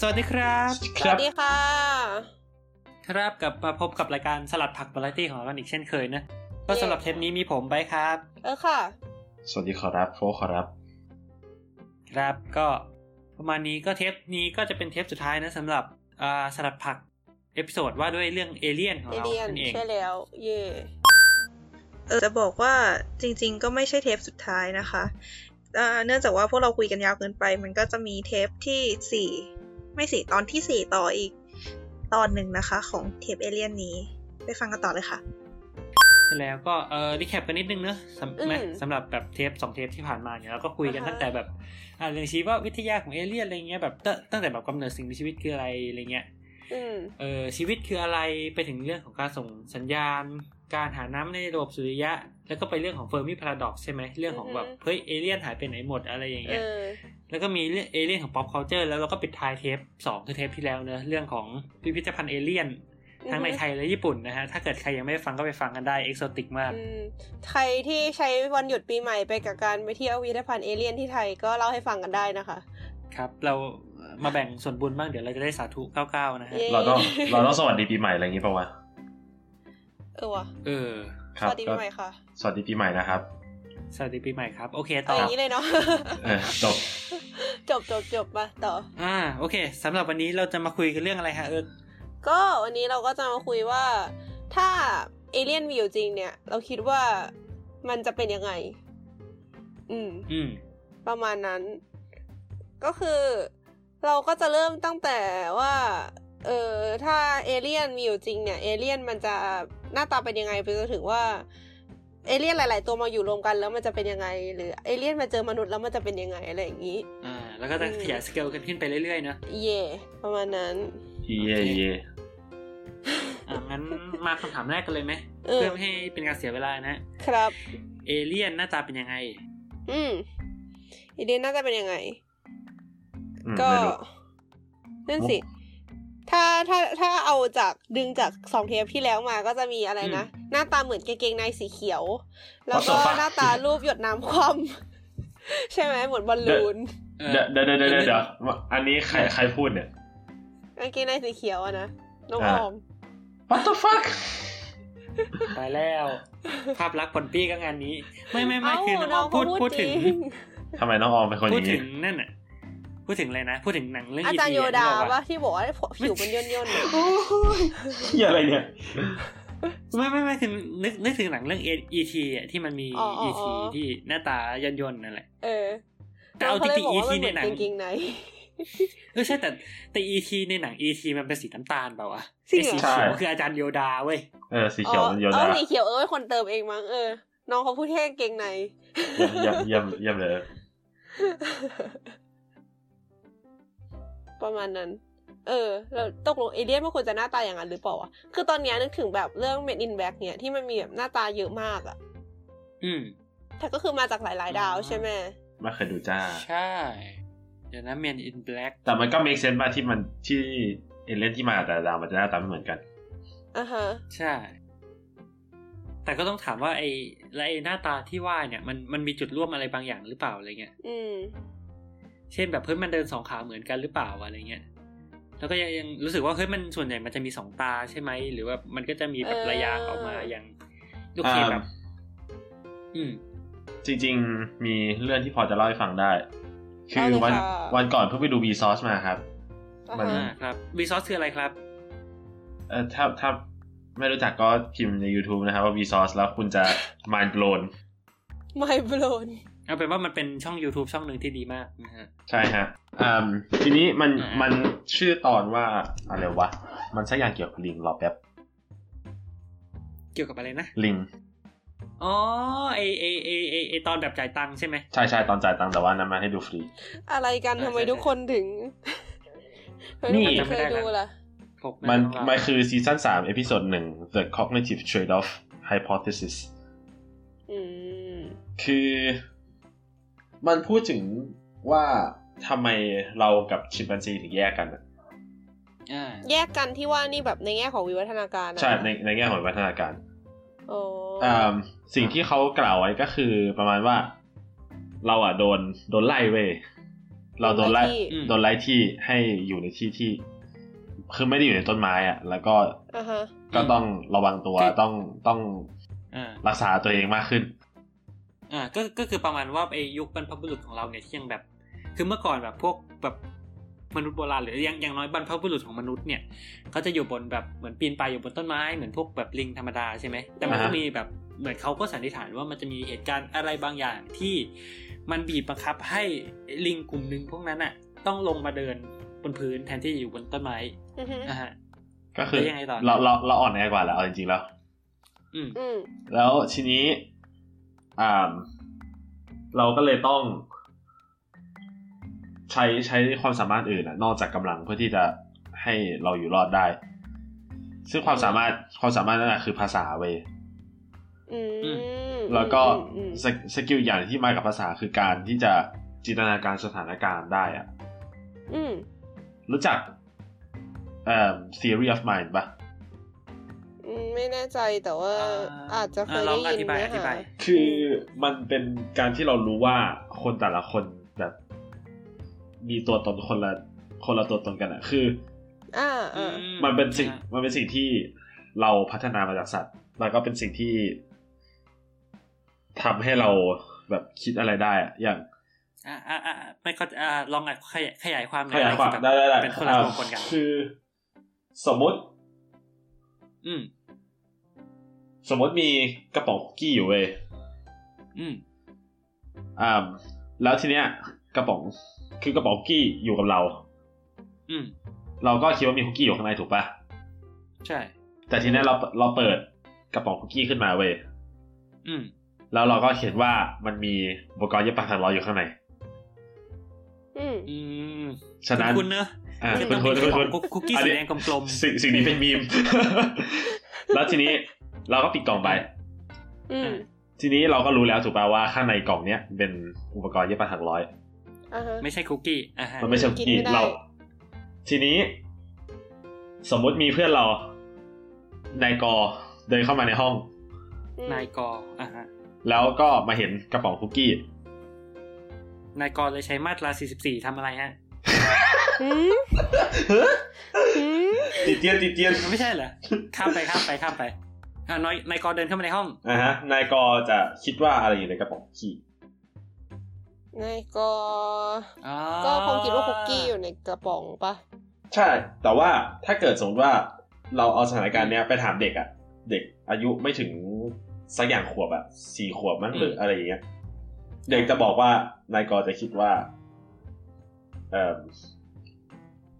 สวัสดีครับ สวัสดีค่ะ ครับกลับมาพบกับรายการสลัดผักบาไรตี้ของเรากันอีกเช่นเคยนะ ก็สำหรับเทปนี้มีผมไปครับ เออค่ะ สวัสดีขอรับโฟกขอรับ ครับก็ประมาณนี้ก็เทปนี้ก็จะเป็นเทปสุดท้ายนะสำหรับอ่าสลัดผักเอพิโซดว่าด้วยเรื่องเอเลี่ยนของ เอ เรา เลียน นั่นเอง ใช่แล้ว เย่ เออจะบอกว่าจริงๆ ก็ไม่ใช่เทปสุดท้ายนะคะเอ่อเนื่องจากว่าพวกเราคุยกันยาวเกินไป มันก็จะมีเทปที่สี่ไม่สี่ตอนที่สี่ต่ออีก ตอนหนึ่งนะคะ ของเทปเอเลียนนี้ ไปฟังกันต่อเลยค่ะ ใช่แล้วก็เออรีแคปกันนิดนึงเนอะสำไหม อืม สำหรับแบบเทปสองเทปที่ผ่านมาเนี่ยเราก็คุยกัน อ่าฮะ ตั้งแต่แบบอ่าเรื่องชีววิทยาของเอเลี่ยนอะไรเงี้ยแบบตตั้งแต่แบบกำเนิดสิ่งมีชีวิตคืออะไรอะไรเงี้ย อืม เออชีวิตคืออะไรไปถึงเรื่องของการส่งสัญญาณ การหาน้ำในระบบสุริยะ แล้วก็ไปเรื่องของเฟอร์มิพาราดอกใช่ไหมเรื่องของแบบ อือฮึ เฮ้ยเอเลี่ยนหายไปไหนหมดอะไรอย่าง เอ เงี้ย อ แล้วก็มีเรื่องเอเลี่ยนของ pop culture แล้วเราก็ปิดท้ายเทปสองคือเทปที่แล้วเนอะเรื่องของพิพิธภัณฑ์เอเลี่ยนทั้งใน อือฮึ ไทยและญี่ปุ่นนะฮะถ้าเกิดใครยังไม่ได้ฟังก็ไปฟังกันได้เอกโซติกมาก อืม ใครที่ใช้วันหยุดปีใหม่ไปกับการไปเที่ยววิทยพันธ์เอเลียนที่ไทยก็เล่าให้ฟังกันได้นะคะ ครับเรามาแบ่งส่วนบุญบ้างเดี๋ยวเราจะได้สาธุ99นะฮะ เย้ เราต้องเราต้องสวัสดีปีใหม่อะไรอย่างนี้ป่าวะ เออวะ เออ ค ส รับ วัสดี ก็ ปีใหม่ค่ะ สวัสดีปีใหม่นะครับ สวัสดีปีใหม่ครับ โอเค เอา ต่อ อย่างนี้เลยเนาะ เออจบ จบจบจบมาต่อ อ่าโอเคสำหรับวันนี้เราจะมาคุยกันเรื่องอะไรฮะเอิร์ก ก็วันนี้เราก็จะมาคุยว่า ถ้าเอเลียนมีอยู่จริงเนี่ย เราคิดว่ามันจะเป็นยังไง อืม อืม ประมาณนั้น ก็คือเราก็จะเริ่มตั้งแต่ว่า เออถ้าเอเลี่ยนมีอยู่จริงเนี่ย เอเลี่ยนมันจะหน้าตาเป็นยังไงไปจนถึงว่า เอเลี่ยนหลาย ๆ ตัวมาอยู่รวมกันแล้วมันจะเป็นยังไง หรือเอเลี่ยนมาเจอมนุษย์แล้วมันจะเป็นยังไงอะไรอย่างนี้ อ่า แล้วก็จะขยายสเกลกันขึ้นไปเรื่อยๆเนอะ เย่ประมาณนั้น เย่เย่ อ่างั้นมาคำถามแรกกันเลยไหม เออ เพื่อไม่ให้เป็นการเสียเวลานะ ครับ เอเลี่ยนหน้าตาเป็นยังไง อืมเอเลี่ยนน่าจะเป็นยังไง อืม ก็ ไม่รู้ นั่นสิ ถ้าถ้าถ้าเอาจากดึงจากสองเทปที่แล้วมาก็จะมีอะไรนะ หน้าตาเหมือนกางเกงในสีเขียว แล้วก็ What the fuck? หน้าตารูปหยดน้ำคว่ำ ใช่ไหมเหมือนบอลลูน เออ เดี๋ยวเดี๋ยวเดี๋ยวเดี๋ยวเดี๋ยวอันนี้ใครใครพูดเนี่ย กางเกงในสีเขียวอะนะน้องอ อ่า อม What the fuck ไปแล้ว ภาพลักษณ์ปนปี้ก็งานนี้ ไม่ไม่ไม่ เอ้า คือน้อง น้ พู อง ด เขาพู พู ด ดถึง จริง ทำไมน้องออมเป็นคนอ พูด ย่าง ถึ นี้ งนั่นน่ะพูดถึงอะไรนะ พูดถึงหนังเรื่อง อาจารย์ E.T. โยดา ที่บอกว่ วะที่บอกว่าผิวมันย่นย่นๆอะ โอ้ยเหี้ยอะไรเนี่ย ไม่ไม่ไม่คือนึกนึกถึงหนังเรื่อง E.T. อ่ะที่มันมี อ๋ออ๋อ E.T. ที่หน้าตายนยนๆนั่นแหละ เออ แต่เอาจริงๆ น้ขลยบก E.T. ว่ามั ใน มือ หนัง กางเกงใน เออใช่แต่แต่ E.T. ในหนัง E.T. มันเป็นสีน้ำตาลเปล่าวะ จริง ไอ้ เหรอ สีเขียวคืออาจารย์โยดาเว้ย เออสีเขียวมันโยน อ๋ ได้ อ ละ สีเขียวเออคนเติมเองมั้งเออ น้องเขาพูดแค่กางเกง ใน เยี่ยมเยี่ยมเยี่ยมเยี่ยมเลย ประมาณนั้น เออ เราตกลงเอเลี่ยนมันควรจะหน้าตาอย่างนั้นหรือเปล่าวะ คือตอนเนี้ยนึกถึงแบบเรื่อง Made in Black เนี่ยที่มันมีแบบหน้าตาเยอะมากอะ อืม แต่ก็คือมาจากหลายๆ ดาว อ่า ใช่ไหม ไม่เคยดูจ้า ใช่ เดี๋ยวนะเมนอินแบล็ก แต่มันก็ make sense มากที่มันที่เอเลนที่มาแต่ละดาวมันจะหน้าตาไม่เหมือนกัน อ่ะฮะ ใช่ แต่ก็ต้องถามว่าไอ้และไอ้หน้าตาที่ว่าเนี่ยมันมันมีจุดร่วมอะไรบางอย่างหรือเปล่าอะไรเงี้ย อืม เช่นแบบเฮ้ยมันเดินสองขาเหมือนกันหรือเปล่าอะไรเงี้ย แล้วก็ยังยังรู้สึกว่าเฮ้ยมันส่วนใหญ่มันจะมีสองตาใช่ไหม หรือว่ามันก็จะมีแบบ เออ ระยางออกมาอย่างลูกเขียแบบ อืม จริงๆ มีเรื่องที่พอจะเล่าให้ฟังได้ คือ เอาเลย วัน ค่ะ วันก่อนเพิ่งไปดู Vsauce มาครับ อ่ะ มัน ฮะ อ่าครับวีซอสคืออะไรครับ เออถ้าถ้าไม่รู้จักก็พิมพ์ใน YouTube นะครับว่า Vsauce แล้วคุณจะ mind blown ไม่บลน เอาเป็นว่ามันเป็นช่อง YouTube ช่องหนึ่งที่ดีมากนะฮะ ใช่ฮะอ่าทีนี้มัน อ่ามั มันชื่อตอนว่า อะไรวะ มันสักอย่างเกี่ยวกับลิงรอแป๊บ เกี่ยวกับอะไรนะ ลิง อ๋อไอไอไอไอไอตอนแบบจ่ายตังค์ใช่ไหม ใช่ใช่ตอนจ่ายตังค์แต่ว่านั้นมาให้ดูฟรี อะไรกัน ใช่ ทำไม ใช่ ทุกคนถึงทำไม นี่ ทุกคเคยดูล่ะ หก มัน ของเรา มันคือซีซั่น3เอพิโซดหนึ่ง The Cognitive Trade-off Hypothesis อืม คือมันพูดถึงว่าทำไมเรากับชิมแปนซีถึงแยกกันอะ อ่า แยกกันที่ว่านี่แบบในแง่ของวิวัฒนาการอะ ใช่ในในแง่ของวิวัฒนาการ โอ้ อ่าสิ่งที่เขากล่าวไว้ก็คือประมาณว่า เราอ่ะโดนโดนไล่เว้ย เราโดนไล่ โดนไล่ที่ โดนไล่ที่ให้อยู่ในที่ที่ คือไม่ได้อยู่ในต้นไม้อะแล้วก็ อ่าฮะ ก็ต้องระวังตัว ที่ ต้องต้อง อ่า รักษาตัวเองมากขึ้น อ่าก็ก็คือประมาณว่าไอ้ยุคบรรพบุรุษของเราเนี่ยที่ยังแบบ คือเมื่อก่อนแบบพวกแบบมนุษย์โบราณหรืออย่างอย่างน้อยบรรพบุรุษของมนุษย์เนี่ยเขาจะอยู่บนแบบเหมือนปีนป่ายอยู่บนต้นไม้เหมือนพวกแบบลิงธรรมดาใช่ไหมแต่มันก็ อ่าฮะ มีแบบเหมือนเขาก็สันนิษฐานว่ามันจะมีเหตุการณ์อะไรบางอย่างที่มันบีบบังคับให้ลิงกลุ่มหนึ่งพวกนั้นอ่ะ ต้องลงมาเดินบนพื้นแทนที่จะอยู่บนต้นไม้ อือฮึ อ่าฮะ ก็คือ แล้วยังไงต่อ เราเราเราอ่อนแอกว่าแหล้วเอาจริงๆแล้ว อืม อืม แล้วทีนี้อ่าเราก็เลยต้อง ใช้ใช้ความสามารถอื่นอะนอกจากกำลังเพื่อที่จะให้เราอยู่รอดได้ ซึ่งความสามารถความสามารถนั่นอะคือภาษาเวย อืมอืม แล้วก็ อืม สกสกิลอย่างที่มากับภาษาคือการที่จะจินตนาการสถานการณ์ได้อะ อืม รู้จักเอ่อ theory of mind ปะ อืมไม่แน่ใจแต่ว่าอาจจะเคย ลอ ได้ งอ ยิน ธิบาย เนื้ อ อ ธิ หา บาย คือมันเป็นการที่เรารู้ว่าคนแต่ละคนแบบ มีตัวตนคนละคนละตัวตนกันอะคือ อ่าอ่า มันเป็นสิ่งมันเป็นสิ่งที่เราพัฒนามาจากสัตว์ แล้วก็เป็นสิ่งที่ทำให้เราแบบคิดอะไรได้อะอย่าง อ่าอ่าอ่าไม่ก็อ่าลองอ่ะขยายขยายความหน่ ขยายความ แบบ ได้ได้ได้ เป็นคนละ อ่า สองคนกัน คือ สมมติ อืม สมมติมีกระป๋องคุกกี้อยู่เว้ย อืม อ่าแล้วทีเนี้ย กระป๋องคือกระป๋องคุกกี้อยู่กับเรา อืม เราก็คิดว่ามีคุกกี้อยู่ข้างในถูกปะ ใช่ แต่ทีเนี้ยเราเราเปิดกระป๋องคุกกี้ขึ้นมาเว้ย อืม แล้วเราก็เห็นว่ามันมีอุปกรณ์เย็บปากถักร้อยอยู่ข้างใน อืม อืม ฉะนั้น คุณเนอะ อ่า ที่ คุ มั ณ น คุ เป็ ณ น คุขอณคุณ งคุกคุกกี้ อัน สี นี้ แดงกลมๆ สิ่งสิ่งนี้เป็นมีม แล้วทีนี้เราก็ปิดกล่องไป อืม ทีนี้เราก็รู้แล้วถูกป่าว่าข้างในกล่องเนี้ยเป็นอุปกรณ์เย็บปาถักร้อย อ่าฮะ ไม่ใช่คุกกี้อ่าฮะ มันไม่ใช่คุก กิน กี้ ไม่ได้ เรา ทีนี้ สมมุติมีเพื่อนเรานายกอเดินเข้ามาในห้อง อืม นายกออ่าฮะ แล้วก็มาเห็นกระป๋องคุกกี้ นายกอเลยใช้มาตรา 44ทำอะไรฮะ อืมอืม ติดเตียนติดเตียน มันไม่ใช่เหรอ ข้ามไปข้ามไปข้ามไป อ่านายนายกอเดินเข้ามาในห้อง อ่ะฮะนายกอจะคิดว่าอะไรอยู่ในกระป๋องคุกกี้ นายก็ อ๋อ ก็คงคิดว่าคุกกี้อยู่ในกระป๋องปะ ใช่ แต่ว่าถ้าเกิดสมมติว่าเราเอาสถานการณ์เนี้ยไปถามเด็กอะเด็กอายุไม่ถึงสักอย่างขวบอะสี่ขวบมั้งหรืออะไรอย่างเงี้ย เด็กจะบอกว่านายกอจะคิดว่า เอ่อ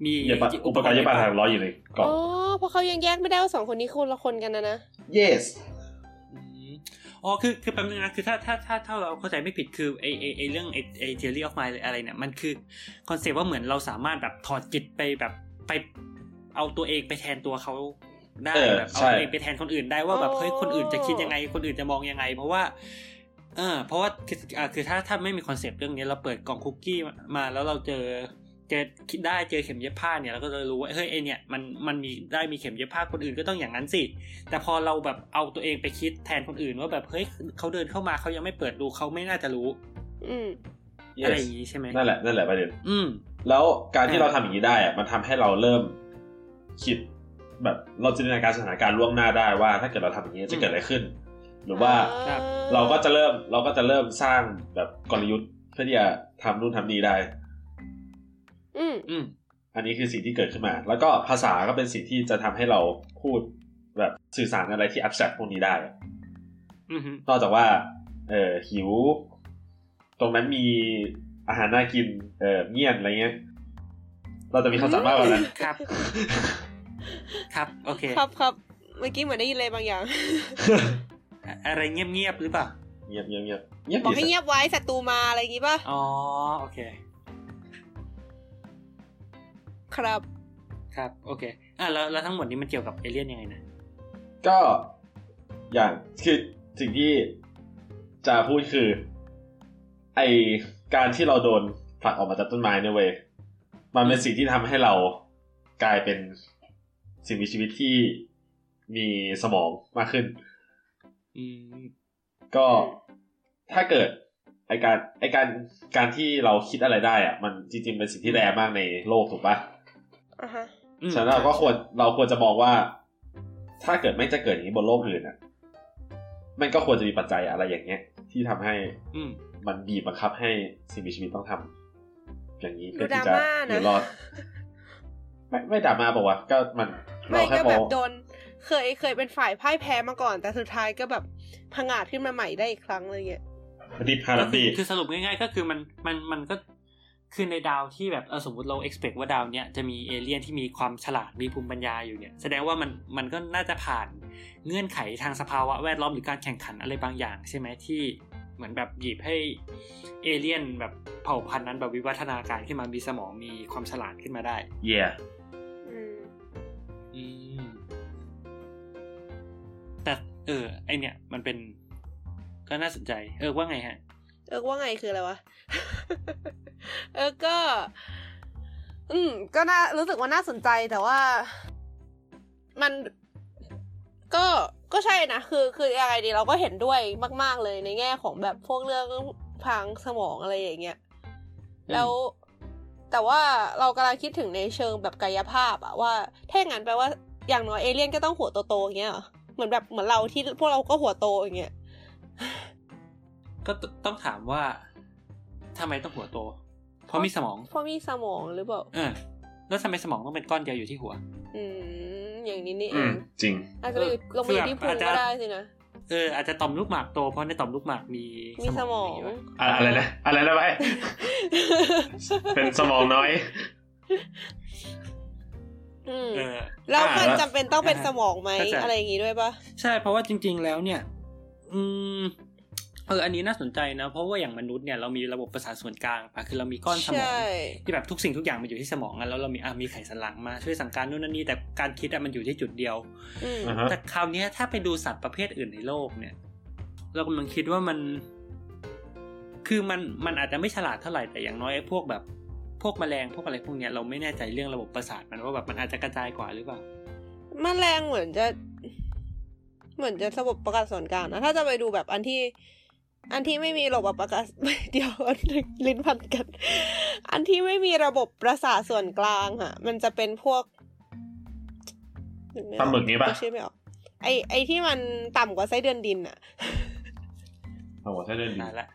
มี เย็บปะอุปกรณ์เย็บปะทางร้อยอยู่ในกล่อง อ๋อเพราะเขายังแยกไม่ได้ว่าสองคนนี้คนละคนกันนะนะ yes อืมอ๋อคือคือแป๊บนึงนะคือถ้าถ้าถ้าถ้าเราเข้าใจไม่ผิดคือไอไอไอเรื่องไอไอเทอรี่ออฟมายอะไรเนี่ยมันคือคอนเซปต์ว่าเหมือนเราสามารถแบบถอดจิตไปแบบไปเอาตัวเองไปแทนตัวเขาได้ เออ แบบเอา ใช่ ตัวเองไปแทนคนอื่นได้ว่าแบบ อ๋อ เฮ้ยคนอื่นจะคิดยังไง คนอื่นจะมองยังไง เพราะว่า เออเพราะว่าคืออ่าคือถ้าถ้าไม่มีคอนเซปต์เรื่องนี้เราเปิดกล่องคุกกี้มาแล้วเราเจอเจอคิดได้เจอเข็มเย็บผ้าเนี่ยเราก็จะรู้ว่าเฮ้ยไอเนี่ยมันมันมีได้มีเข็มเย็บผ้าคนอื่นก็ต้องอย่างนั้นสิ แต่พอเราแบบเอาตัวเองไปคิดแทนคนอื่นว่าแบบเฮ้ยเขาเดินเข้ามาเขายังไม่เปิดดูเขาไม่น่าจะรู้ อืม Yes อะไรอย่างนี้ใช่ไหม นั่นแหละนั่นแหละประเด็น อืม แล้วการที่ อ่า เราทำอย่างนี้ได้อะมันทำให้เราเริ่มคิดแบบเราจินตนาการสถานการณ์ล่วงหน้าได้ว่า ถ้าเกิดเราทำอย่างนี้จะเกิดอะไรขึ้น หรือว่า ครับ เราก็จะเริ่มเราก็จะเริ่มสร้างแบบกลยุทธ์เพื่อที่จะทำนู่นทำนี่ได้ อืม อืม อันนี้คือสิ่งที่เกิดขึ้นมา แล้วก็ภาษาก็เป็นสิ่งที่จะทำให้เราพูดแบบสื่อสารอะไรที่ abstract พวกนี้ได้ อืมฮึ นอกจากว่า เออหิว ตรงนั้นมีอาหารน่ากิน เออเงียนอะไรเงี้ย เราจะมีความสามารถแบบนั้น ครับ ครับโอเค ครับครับเมื่อกี้เหมือนได้ยินอะไรบางอย่าง อะไรเงียบๆหรือเปล่า เงียบเงียบเงียบเงียบ บอกให้ ดิ เงียบไว้ศัตรูมาอะไรอย่างงี้ป่ะ อ๋อโอเค ครับ ครับ โอเค อ่ะแล้วแล้วทั้งหมดนี้มันเกี่ยวกับเอเลี่ยนยังไงนะ ก็อย่างคือสิ่งที่จะพูดคือ ไอการที่เราโดนผลักออกมาจากต้นไม้เนี่ยเว้ยมันเป็นสิ่งที่ทำให้เรากลายเป็นสิ่งมีชีวิตที่มีสมองมากขึ้น อืม ก็ อืม ถ้าเกิด ไอการไอการการที่เราคิดอะไรได้อะมันจริงๆเป็นสิ่งที่แรงมากในโลกถูกปะ อ่ะฮะ อืม ฉะนั้นเราก็ควรเราควรจะมองว่า ถ้าเกิดไม่จะเกิดอย่างนี้บนโลกอื่นอ่ะมันก็ควรจะมีปัจจัยอะไรอย่างเงี้ย ที่ทำให้ อืม มันบีบบังคับให้สิ่งมีชีวิตต้องทำอย่างนี้ ดู เพื่อ ด ที่ รา จะ ม่า อ นะ ยู่รอด ไม่ไม่ดราม่าบอกว่าวะก็มัน ไม่ เราแค่ ก็ ม แบ อง บโดน เคยเคยเป็นฝ่ายพ่ายแพ้มาก่อน แต่สุดท้ายก็แบบพังอาจขึ้นมาใหม่ได้อีกครั้งอะไรเงี้ย ปฏิภาณตี คือสรุปง่ายๆก็คือมันมันมันก็คือในดาวที่แบบเออสมมติเรา expect ว่าดาวเนี้ยจะมีเอเลี่ยนที่มีความฉลาดมีภูมิปัญญาอยู่เนี่ย แสดงว่ามันมันก็น่าจะผ่านเงื่อนไขทางสภาวะแวดล้อมหรือการแข่งขันอะไรบางอย่าง ใช่ไหมที่เหมือนแบบหยิบให้เอเลี่ยนแบบเผ่าพันธุ์นั้นแบบวิวัฒนาการขึ้นมามีสมองมีความฉลาดขึ้นมาได้ เย่ อืม อืมแต่เออไอเนี่ยมันเป็นก็น่าสนใจ เออว่าไงฮะ เอิกว่าไงคืออะไรวะ เอิกก็ อืม ก็น่ารู้สึกว่าน่าสนใจแต่ว่า มันก็ก็ใช่นะ คือคืออะไรดีเราก็เห็นด้วยมาก ๆ เลยในแง่ของแบบพวกเรื่องทางสมองอะไรอย่างเงี้ย ม แล้วแต่ว่าเรากำลังคิดถึงในเชิงแบบกายภาพอะว่าถ้าอย่างนั้นแปลว่าอย่างน้อยเอเลี่ยนก็ต้องหัวโตๆอย่างเงี้ยเหรอเหมือนแบบเหมือนเราที่พวกเราก็หัวโตอย่างเงี้ย ก็ตต้องถามว่าทำไมต้องหัวโต เพราะมีสมอง เพราะมีสมองหรือเปล่า เออ แล้วทำไมสมองต้องเป็นก้อนเดียวอยู่ที่หัว อืมอย่างนี้นี่เอ อืม ง จริง อาจจะไปอยู่ลงมาอยู่ที่พุงก็ได้สินะ เออ อาจจะต่อมลูกหมากโต เพราะในต่อมลูกหมากมี มีสมอง ยู่ะ อะอะไรนะอะไรนะไปเป็นสมองน้อย อืม เออ แล้วมัน อ่า จำเป็นต้องเป็น อ่า สมองไหม เข้าใจ อะไรอย่างงี้ด้วยปะ ใช่เพราะว่าจริง ๆ แล้วเนี่ย อืมเอออันนี้น่าสนใจนะ เพราะว่าอย่างมนุษย์เนี่ยเรามีระบบประสาทส่วนกลางปะคือเรามีก้อนสมอง ใช่ ที่แบบทุกสิ่งทุกอย่างมันอยู่ที่สมองอะแล้วเรามีอ่ะมีไขสันหลังมาช่วยสั่งการนู่นนั่นนี่แต่การคิดอะมันอยู่ที่จุดเดียว อืม อ่าฮะ แต่คราวเนี้ยถ้าไปดูสัตว์ประเภทอื่นในโลกเนี่ย เรากำลังคิดว่ามัน คือมันมันอาจจะไม่ฉลาดเท่าไหร่แต่อย่างน้อยไอ้พวกแบบพวกแมลงพวกอะไรพวกเนี้ยเราไม่แน่ใจเรื่องระบบประสาทมันว่าแบบมันอาจจะกระจายกว่าหรือเปล่า แมลงเหมือนจะ เหมือนจะระบบประกาศส่วนกลางนะถ้าจะไปดูแบบอันที่ อันที่ไม่มีระบบประกาศ เดี๋ยวอันหนึ่งลิ้นพันกัน อันที่ไม่มีระบบประสาทส่วนกลางอะมันจะเป็นพวกนึไออ ปลาหมึกนี้ปะ จำชื่อไม่ออกไอไอที่มันต่ำกว่าไส้เดือนดินอะ โอ้โหถ้าเดินดี นานละ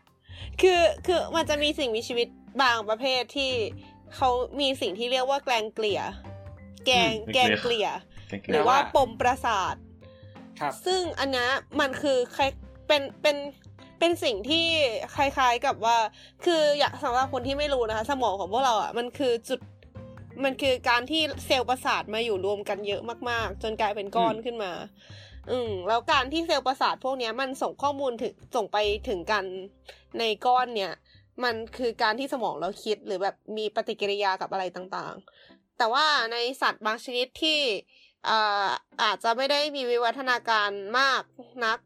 คือคือมันจะมีสิ่งมีชีวิตบางประเภทที่เขามีสิ่งที่เรียกว่าแกลงเกลี่ย แกง อืม แกงเกลี่ย เก่ง หรือ แปลว่า ว่าปมประสาท ครับ ซึ่งอันเนี้ยมันคือคล้ายเป็นเป็นเป็นสิ่งที่คล้ายๆกับว่า คืออยากสำหรับคนที่ไม่รู้นะคะ สมองของพวกเราอ่ะมันคือจุดมันคือการที่เซลล์ประสาทมาอยู่รวมกันเยอะมากๆ จนกลายเป็นก้อน อืม ขึ้นมา อืมแล้วการที่เซลล์ประสาทพวกเนี้ยมันส่งข้อมูลถึงส่งไปถึงกันในก้อนเนี่ย มันคือการที่สมองเราคิดหรือแบบมีปฏิกิริยากับอะไรต่างๆ แต่ว่าในสัตว์บางชนิดที่อ่าอาจจะไม่ได้มีวิวัฒนาการมากนัก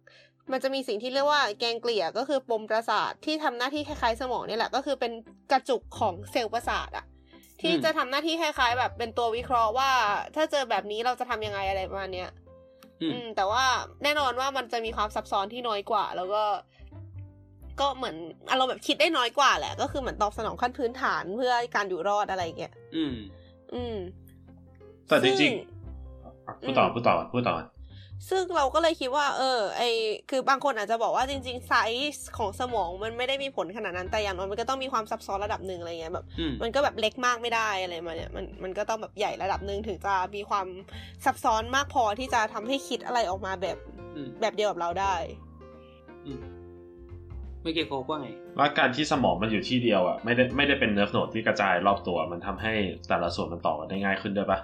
มันจะมีสิ่งที่เรียกว่าแกงเกลี่ยก็คือปมประสาทที่ทำหน้าที่คล้ายๆสมองนี่แหละ ก็คือเป็นกระจุกของเซลล์ประสาทอะที่ อืม จะทำหน้าที่คล้าย ๆ แบบเป็นตัววิเคราะห์ว่า ถ้าเจอแบบนี้เราจะทำยังไงอะไรประมาณเนี้ย อืม อืมแต่ว่าแน่นอนว่ามันจะมีความซับซ้อนที่น้อยกว่า แล้วก็ ก็เหมือนอารมณ์แบบคิดได้น้อยกว่าแหละ ก็คือเหมือนตอบสนองขั้นพื้นฐานเพื่อการอยู่รอดอะไรอย่างเงี้ย อืม อืม แต่จ ซึ่ ริง ง ๆอ่ะพูดต่อพูดต่อพูดต่อ ซึ่งเราก็เลยคิดว่า เออ ไอคือบางคนอาจจะบอกว่าจริงๆไซส์ของสมองมันไม่ได้มีผลขนาดนั้นแต่อย่างน้อยมันก็ต้องมีความซับซ้อนระดับหนึ่งอะไรเงี้ยแบบ อืม มันก็แบบเล็กมากไม่ได้อะไรมาเนี่ยมันมันก็ต้องแบบใหญ่ระดับหนึ่งถึงจะมีความซับซ้อนมากพอที่จะทำให้คิดอะไรออกมาแบบ อืม แบบเดียวกับเราได้ เมื่อกี้โคกว่าไง ว่าการที่สมองมันอยู่ที่เดียวอ่ะไม่ได้ไม่ได้เป็นเนิร์ฟโนดที่กระจายรอบตัว มันทำให้แต่ละส่วนมันต่อกันได้ง่ายขึ้นด้วยปะ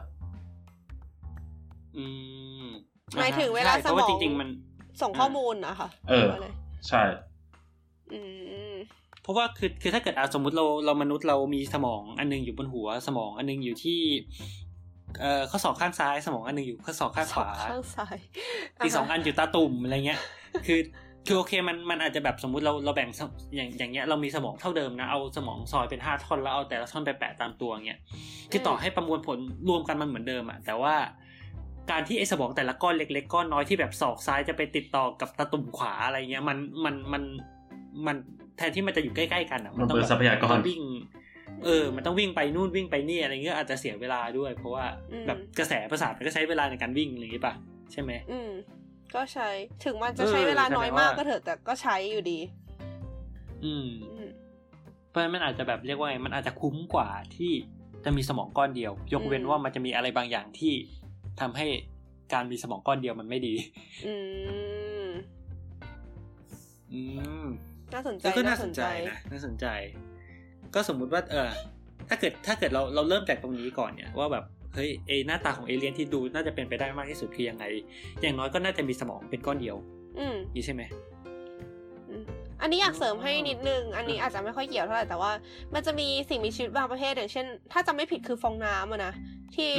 อืม หมายถึงเวลา ใช่เพราะว่า สม จ อง ริง ๆ มัน ส่งข้อมูลนะคะ เออ ไร ใช่ อืม เพราะว่าคือคือถ้าเกิดอาสมมติเราเรามนุษย์เรามีสมองอันหนึงอยู่บนหัว สมองอันหนึงอยู่ที่เอ่อข้อศอกข้างซ้าย สมองอันหนึงอยู่ข้อศอกข้างขวา สองข้างซ้าย อีกสอง าฮะ อันอยู่ตาตุ่มอะไรเงี้ย คือคือโอเคมันมันอาจจะแบบสมมุติเราเราแบ่งสมอย่างอย่างเงี้ยเรามีสมองเท่าเดิมนะเอาสมองซอยเป็นห้าท่อนแล้วเอาแต่ละท่อนไปแปะตามตัวเงี้ยคือต่อให้ประมวลผลรวมกันมันเหมือนเดิมอะแต่ว่าการที่ไอ้สมองแต่ละก้อนเล็กๆก้อนน้อยที่แบบศอกซ้ายจะไปติดต่อกับตาตุ่มขวาอะไรเงี้ยมันมันมัน มันแทนที่มันจะอยู่ใกล้ๆกันอ่ะ มัน ต้อง เปิด แบบ ทรัพยากร ต้องวิ่ง เออ มันต้องวิ่งไปนู่นวิ่งไปนี่อะไรเงี้ยอาจจะเสียเวลาด้วย เพราะว่า อืม แบบกระแสประสาทมันก็ใช้เวลาในการวิ่งอะไรอย่างงี้ป่ะใช่ไหม อืม ก็ใช้ ถึงมันจะ เออ ใช้เวลาน้อยมาก แสดงว่า ก็เถอะแต่ก็ใช้อยู่ดี อืม อืม เพราะฉะนั้นมันอาจจะแบบเรียกว่าไงมันอาจจะคุ้มกว่าที่จะมีสมองก้อนเดียว ยกเว้น อืม ว่ามันจะมีอะไรบางอย่างที่ทำให้การมีสมองก้อนเดียวมันไม่ดี อืม อืม น่าสนใจ แล้วก็น่าสนใจ น่า นะน่าสนใจ ก็สมมุติว่า เออ ถ้าเกิดถ้าเกิดเราเราเริ่มจากตรงนี้ก่อนเนี่ยว่าแบบเฮ้ยเอหน้าตาของเอเลี่ยนที่ดูน่าจะเป็นไปได้มากที่สุดคือยังไง อย่างน้อยก็น่าจะมีสมองเป็นก้อนเดียว อืม นี่ใช่ไหม อันนี้อยากเสริมให้ อ๋อ นิดนึง อันนี้ อืม อาจจะไม่ค่อยเกี่ยวเท่าไหร่แต่ว่า มันจะมีสิ่งมีชีวิตบางประเภทอย่างเช่น ถ้าจำไม่ผิดคือฟองน้ำอะนะ ที่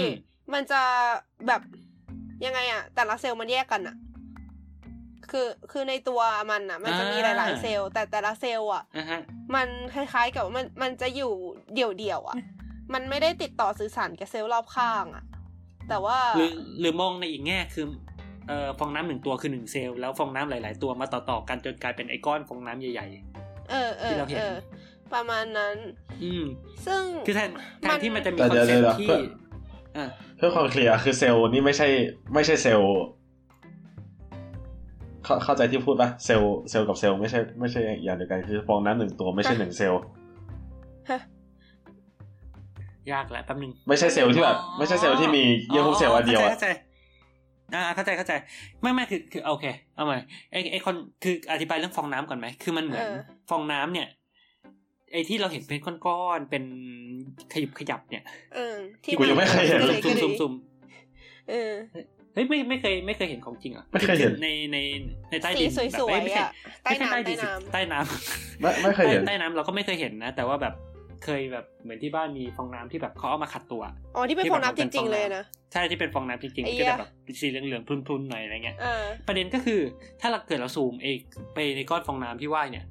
มันจะแบบยังไงอะแต่ละเซลล์มันแยกกันอะคือคือในตัวมันอะมันจะมีหลาย ๆ เซลล์ แต่แต่ละเซลล์อะ อ่ะฮะ มันคล้าย ๆ กับว่ามันมันจะอยู่เดี่ยวๆอะมันไม่ได้ติดต่อสื่อสารกับเซลล์รอบข้างอะแต่ว่า หรือหรือมองในอีกแง่คือเอ่อฟองน้ำหนึ่งตัวคือหนึ่งเซลล์แล้วฟองน้ำหลาย ๆ ตัวมาต่อๆกันจนกลายเป็นไอก้อนฟองน้ำใหญ่ เออเอ ที่ อ เราเห็น เออประมาณนั้น ๆ อืม ซึ่ง คือแทนแท มัน น ที่มันจะมีค แต่ อน เดี๋ เซ็ ย ป ว ต์ที่ เดี๋ยว อ่ะ เพื่อความเคลียร์คือเซลล์นี่ไม่ใช่ไม่ใช่เซลล์เข้าเข้าใจที่พูดปะเซลล์เซลล์กับเซลล์ไม่ใช่ไม่ใช่อย่างเดียวกันคือฟองน้ำหนึ่งตัวไม่ใช่หนึ่งเซลล์ ฮะ ยากละแป๊บนึง ไม่ใช่เซลล์ที่แบบไม่ใช่เซลล์ที่มีเยื่อหุ้มเซลล์อันเดี ยวอะ เข้าใจเข้าใจอ่าเข้าใจเข้าใจไม่ไม่คือคือโอเคเอาใหม่ไอไอคอนคืออธิบายเรื่องฟองน้ำก่อนไหมคือมันเหมือน เออ ฟองน้ำเนี่ย ไอที่เราเห็นเป็นก้อนๆเป็นขยุบขยับเนี่ย เออ กูยังไม่เคยเห็น กระดิกกระดิก ซุ่มๆซุ่มๆ เออ เฮ้ยไม่ไม่เคยไม่เคยเห็นของจริงเหรอ่ะ ไม่เคยเห็น ในในในใต้ดิสีน ส แบบ ว เอ้ ย ไม่ ๆ ใช่ อ่ะใต้ ไม่ใช่ น้ำใต้ ดินสิ น้ำ ใต้น้ ไม่ไม่ ำ เคยเห็น ใต้ใต้น้ำเราก็ไม่เคยเห็นนะ แต่ว่าแบบเคยแบบเหมือนที่บ้านมีฟองน้ำที่แบบเขาเอามาขัดตัว อ๋อที่เป็น ที่ ฟ แบบ องน้ำจริง มันเป็นฟองน้ำ ๆเลยนะ ใช่ที่เป็นฟองน้ำจริงๆมัไอ้น เหี้ ก็ ย จะแบบสีเหลืองๆพรุนๆหน่อยอะไรเงี้ย เออ ประเด็นก็คือถ้าเราเกิดเราซูมเอไปในก้อนฟองน้ำที่ว่ายเนี่ย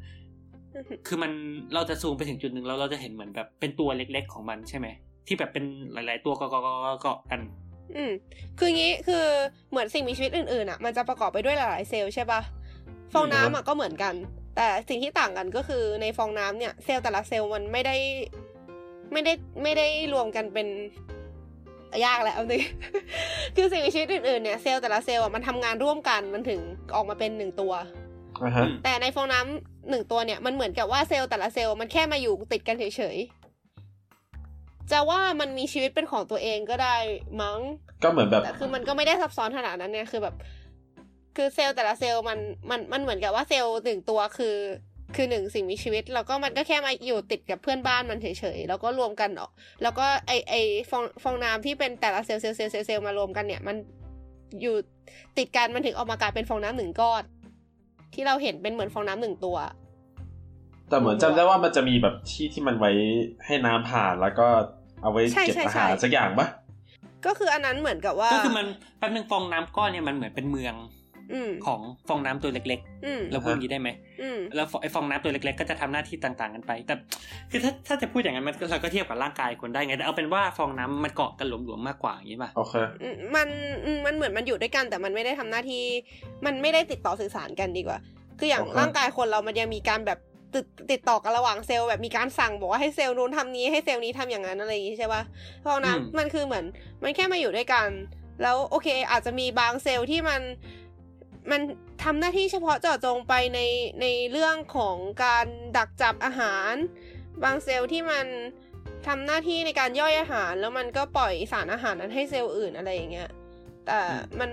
อือหือ คือมันเราจะซูมไปถึงจุดหนึ่งแล้วเราจะเห็นเหมือนแบบเป็นตัวเล็ก ๆ ของมันใช่ไหมที่แบบเป็นหลาย ๆ ตัวเกาะๆๆๆๆกัน อืมคืองี้คือเหมือนสิ่งมีชีวิตอื่นๆอ่ะ มันจะประกอบไปด้วยหลายๆเซลล์ใช่ป่ะฟองน้ำอ่ะก็เหมือนกัน แต่สิ่งที่ต่างกันก็คือในฟองน้ำเนี่ย เซลล์แต่ละเซลล์มันไม่ได้ ไม่ได้ไม่ได้รวมกันเป็นยากแหละเอาดิ คือสิ่งมีชีวิตอื่นๆเนี่ยเซลล์แต่ละเซลล์อ่ะมันทำงานร่วมกันมันถึงออกมาเป็นหนึ่งตัว อ่าฮะ แต่ในฟองน้ำหนึ่งตัวเนี่ยมันเหมือนกับว่าเซลล์แต่ละเซลล์มันแค่มาอยู่ติดกันเฉยๆ จะว่ามันมีชีวิตเป็นของตัวเองก็ได้มั้ง ก็เหมือนแบบ แต่คือมันก็ไม่ได้ซับซ้อนขนาดนั้นเนี่ยคือแบบ คือเซลล์แต่ละเซลล์มันมันมันเหมือนกับว่าเซลล์หนึ่งตัวคือ คือหนึ่งสิ่งมีชีวิต แล้วก็มันก็แค่มาอยู่ติดกับเพื่อนบ้านมันเฉยๆแล้วก็รวมกันออก แล้วก็ไอไอฟองฟองน้ำที่เป็นแต่ละเซลล์เซลล์เซลล์เซลล์เซลล์มารวมกันเนี่ย มันอยู่ติดกันมันถึงออกมากลายเป็นฟองน้ำหนึ่งก้อนที่เราเห็นเป็นเหมือนฟองน้ำหนึ่งตัว แต่เหมือนจำได้ว่ามันจะมีแบบที่ที่มันไว้ให้น้ำผ่านแล้วก็เอาไว้ ใช่ เก็บ ใช่ อาหาร ใช่ สักอย่างปะ ก็คืออันนั้นเหมือนกับว่า ก็คือมันแป๊บนึงฟองน้ำก้อนเนี่ยมันเหมือนเป็นเมือง อืม ของฟองน้ำตัวเล็ก อืม ๆ เราพูดอย่างนี้ได้ไหม อืม แล้วฟองไอฟองน้ำตัวเล็กๆ ก็จะทำหน้าที่ต่างๆกันไป แต่คือถ้าถ้าจะพูดอย่างนั้นมันก็เราก็เทียบกับร่างกายคนได้ไง แต่เอาเป็นว่าฟองน้ำมันเกาะกันหลวมๆมากกว่าอย่างนี้ป่ะ โอเค อืมมันอืมมันเหมือนมันอยู่ด้วยกันแต่มันไม่ได้ทำหน้าที่ มันไม่ได้ติดต่อสื่อสารกันดีกว่า คืออย่าง โอเค ร่างกายคนเรามันยังมีการแบบติดติดต่อกันระหว่างเซลล์แบบมีการสั่งบอกว่าให้เซลล์นู้นทำนี้ให้เซลล์นี้ทำอย่างนั้นอะไรอย่างนี้ใช่ปะ่ะเพราะนั้ อื น ม มันคือเหมือน มันแค่มาอยู่ด้วยกัน แล้วโอเค อาจจะมีบางเซลล์ที่มันมันทำหน้าที่เฉพาะเจาะจงไปในในเรื่องของการดักจับอาหาร บางเซลล์ที่มันทำหน้าที่ในการย่อยอาหาร แล้วมันก็ปล่อยสารอาหารนั้นให้เซลล์อื่นอะไรอย่างเงี้ยแต่ อืม มัน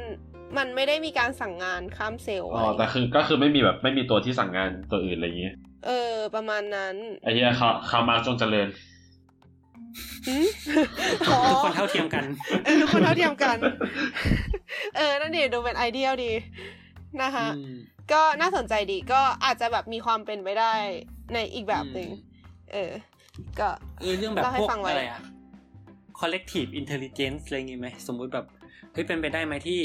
มันไม่ได้มีการสั่งงานข้ามเซลล์ อ๋ อะ อ ไร แต่คือก็คือไม่มีแบบไม่มีตัวที่สั่งงานตัวอื่นอะไรอย่างงี้ เออ ประมาณนั้น ไอ้เหี้ยเขาเขามาร์กจงเจริญ หืม ขอ ทุกคนเท่าเทียมกัน เออทุกคนเท่าเทียมกัน เออ นั่นดีดูเป็นไอเดียดีนะคะ อืม ก็น่าสนใจดีก็อาจจะแบบมีความเป็นไปได้ในอีกแบบหนึ่ง อืม เออ ก็ เออเรื่องแบบ เล่าให้ พวก ฟังไว้ อะไรอะ collective intelligence อะไรอย่างงี้ไหมสมมุติแบบเฮ้ยเป็นไปได้ไหมที่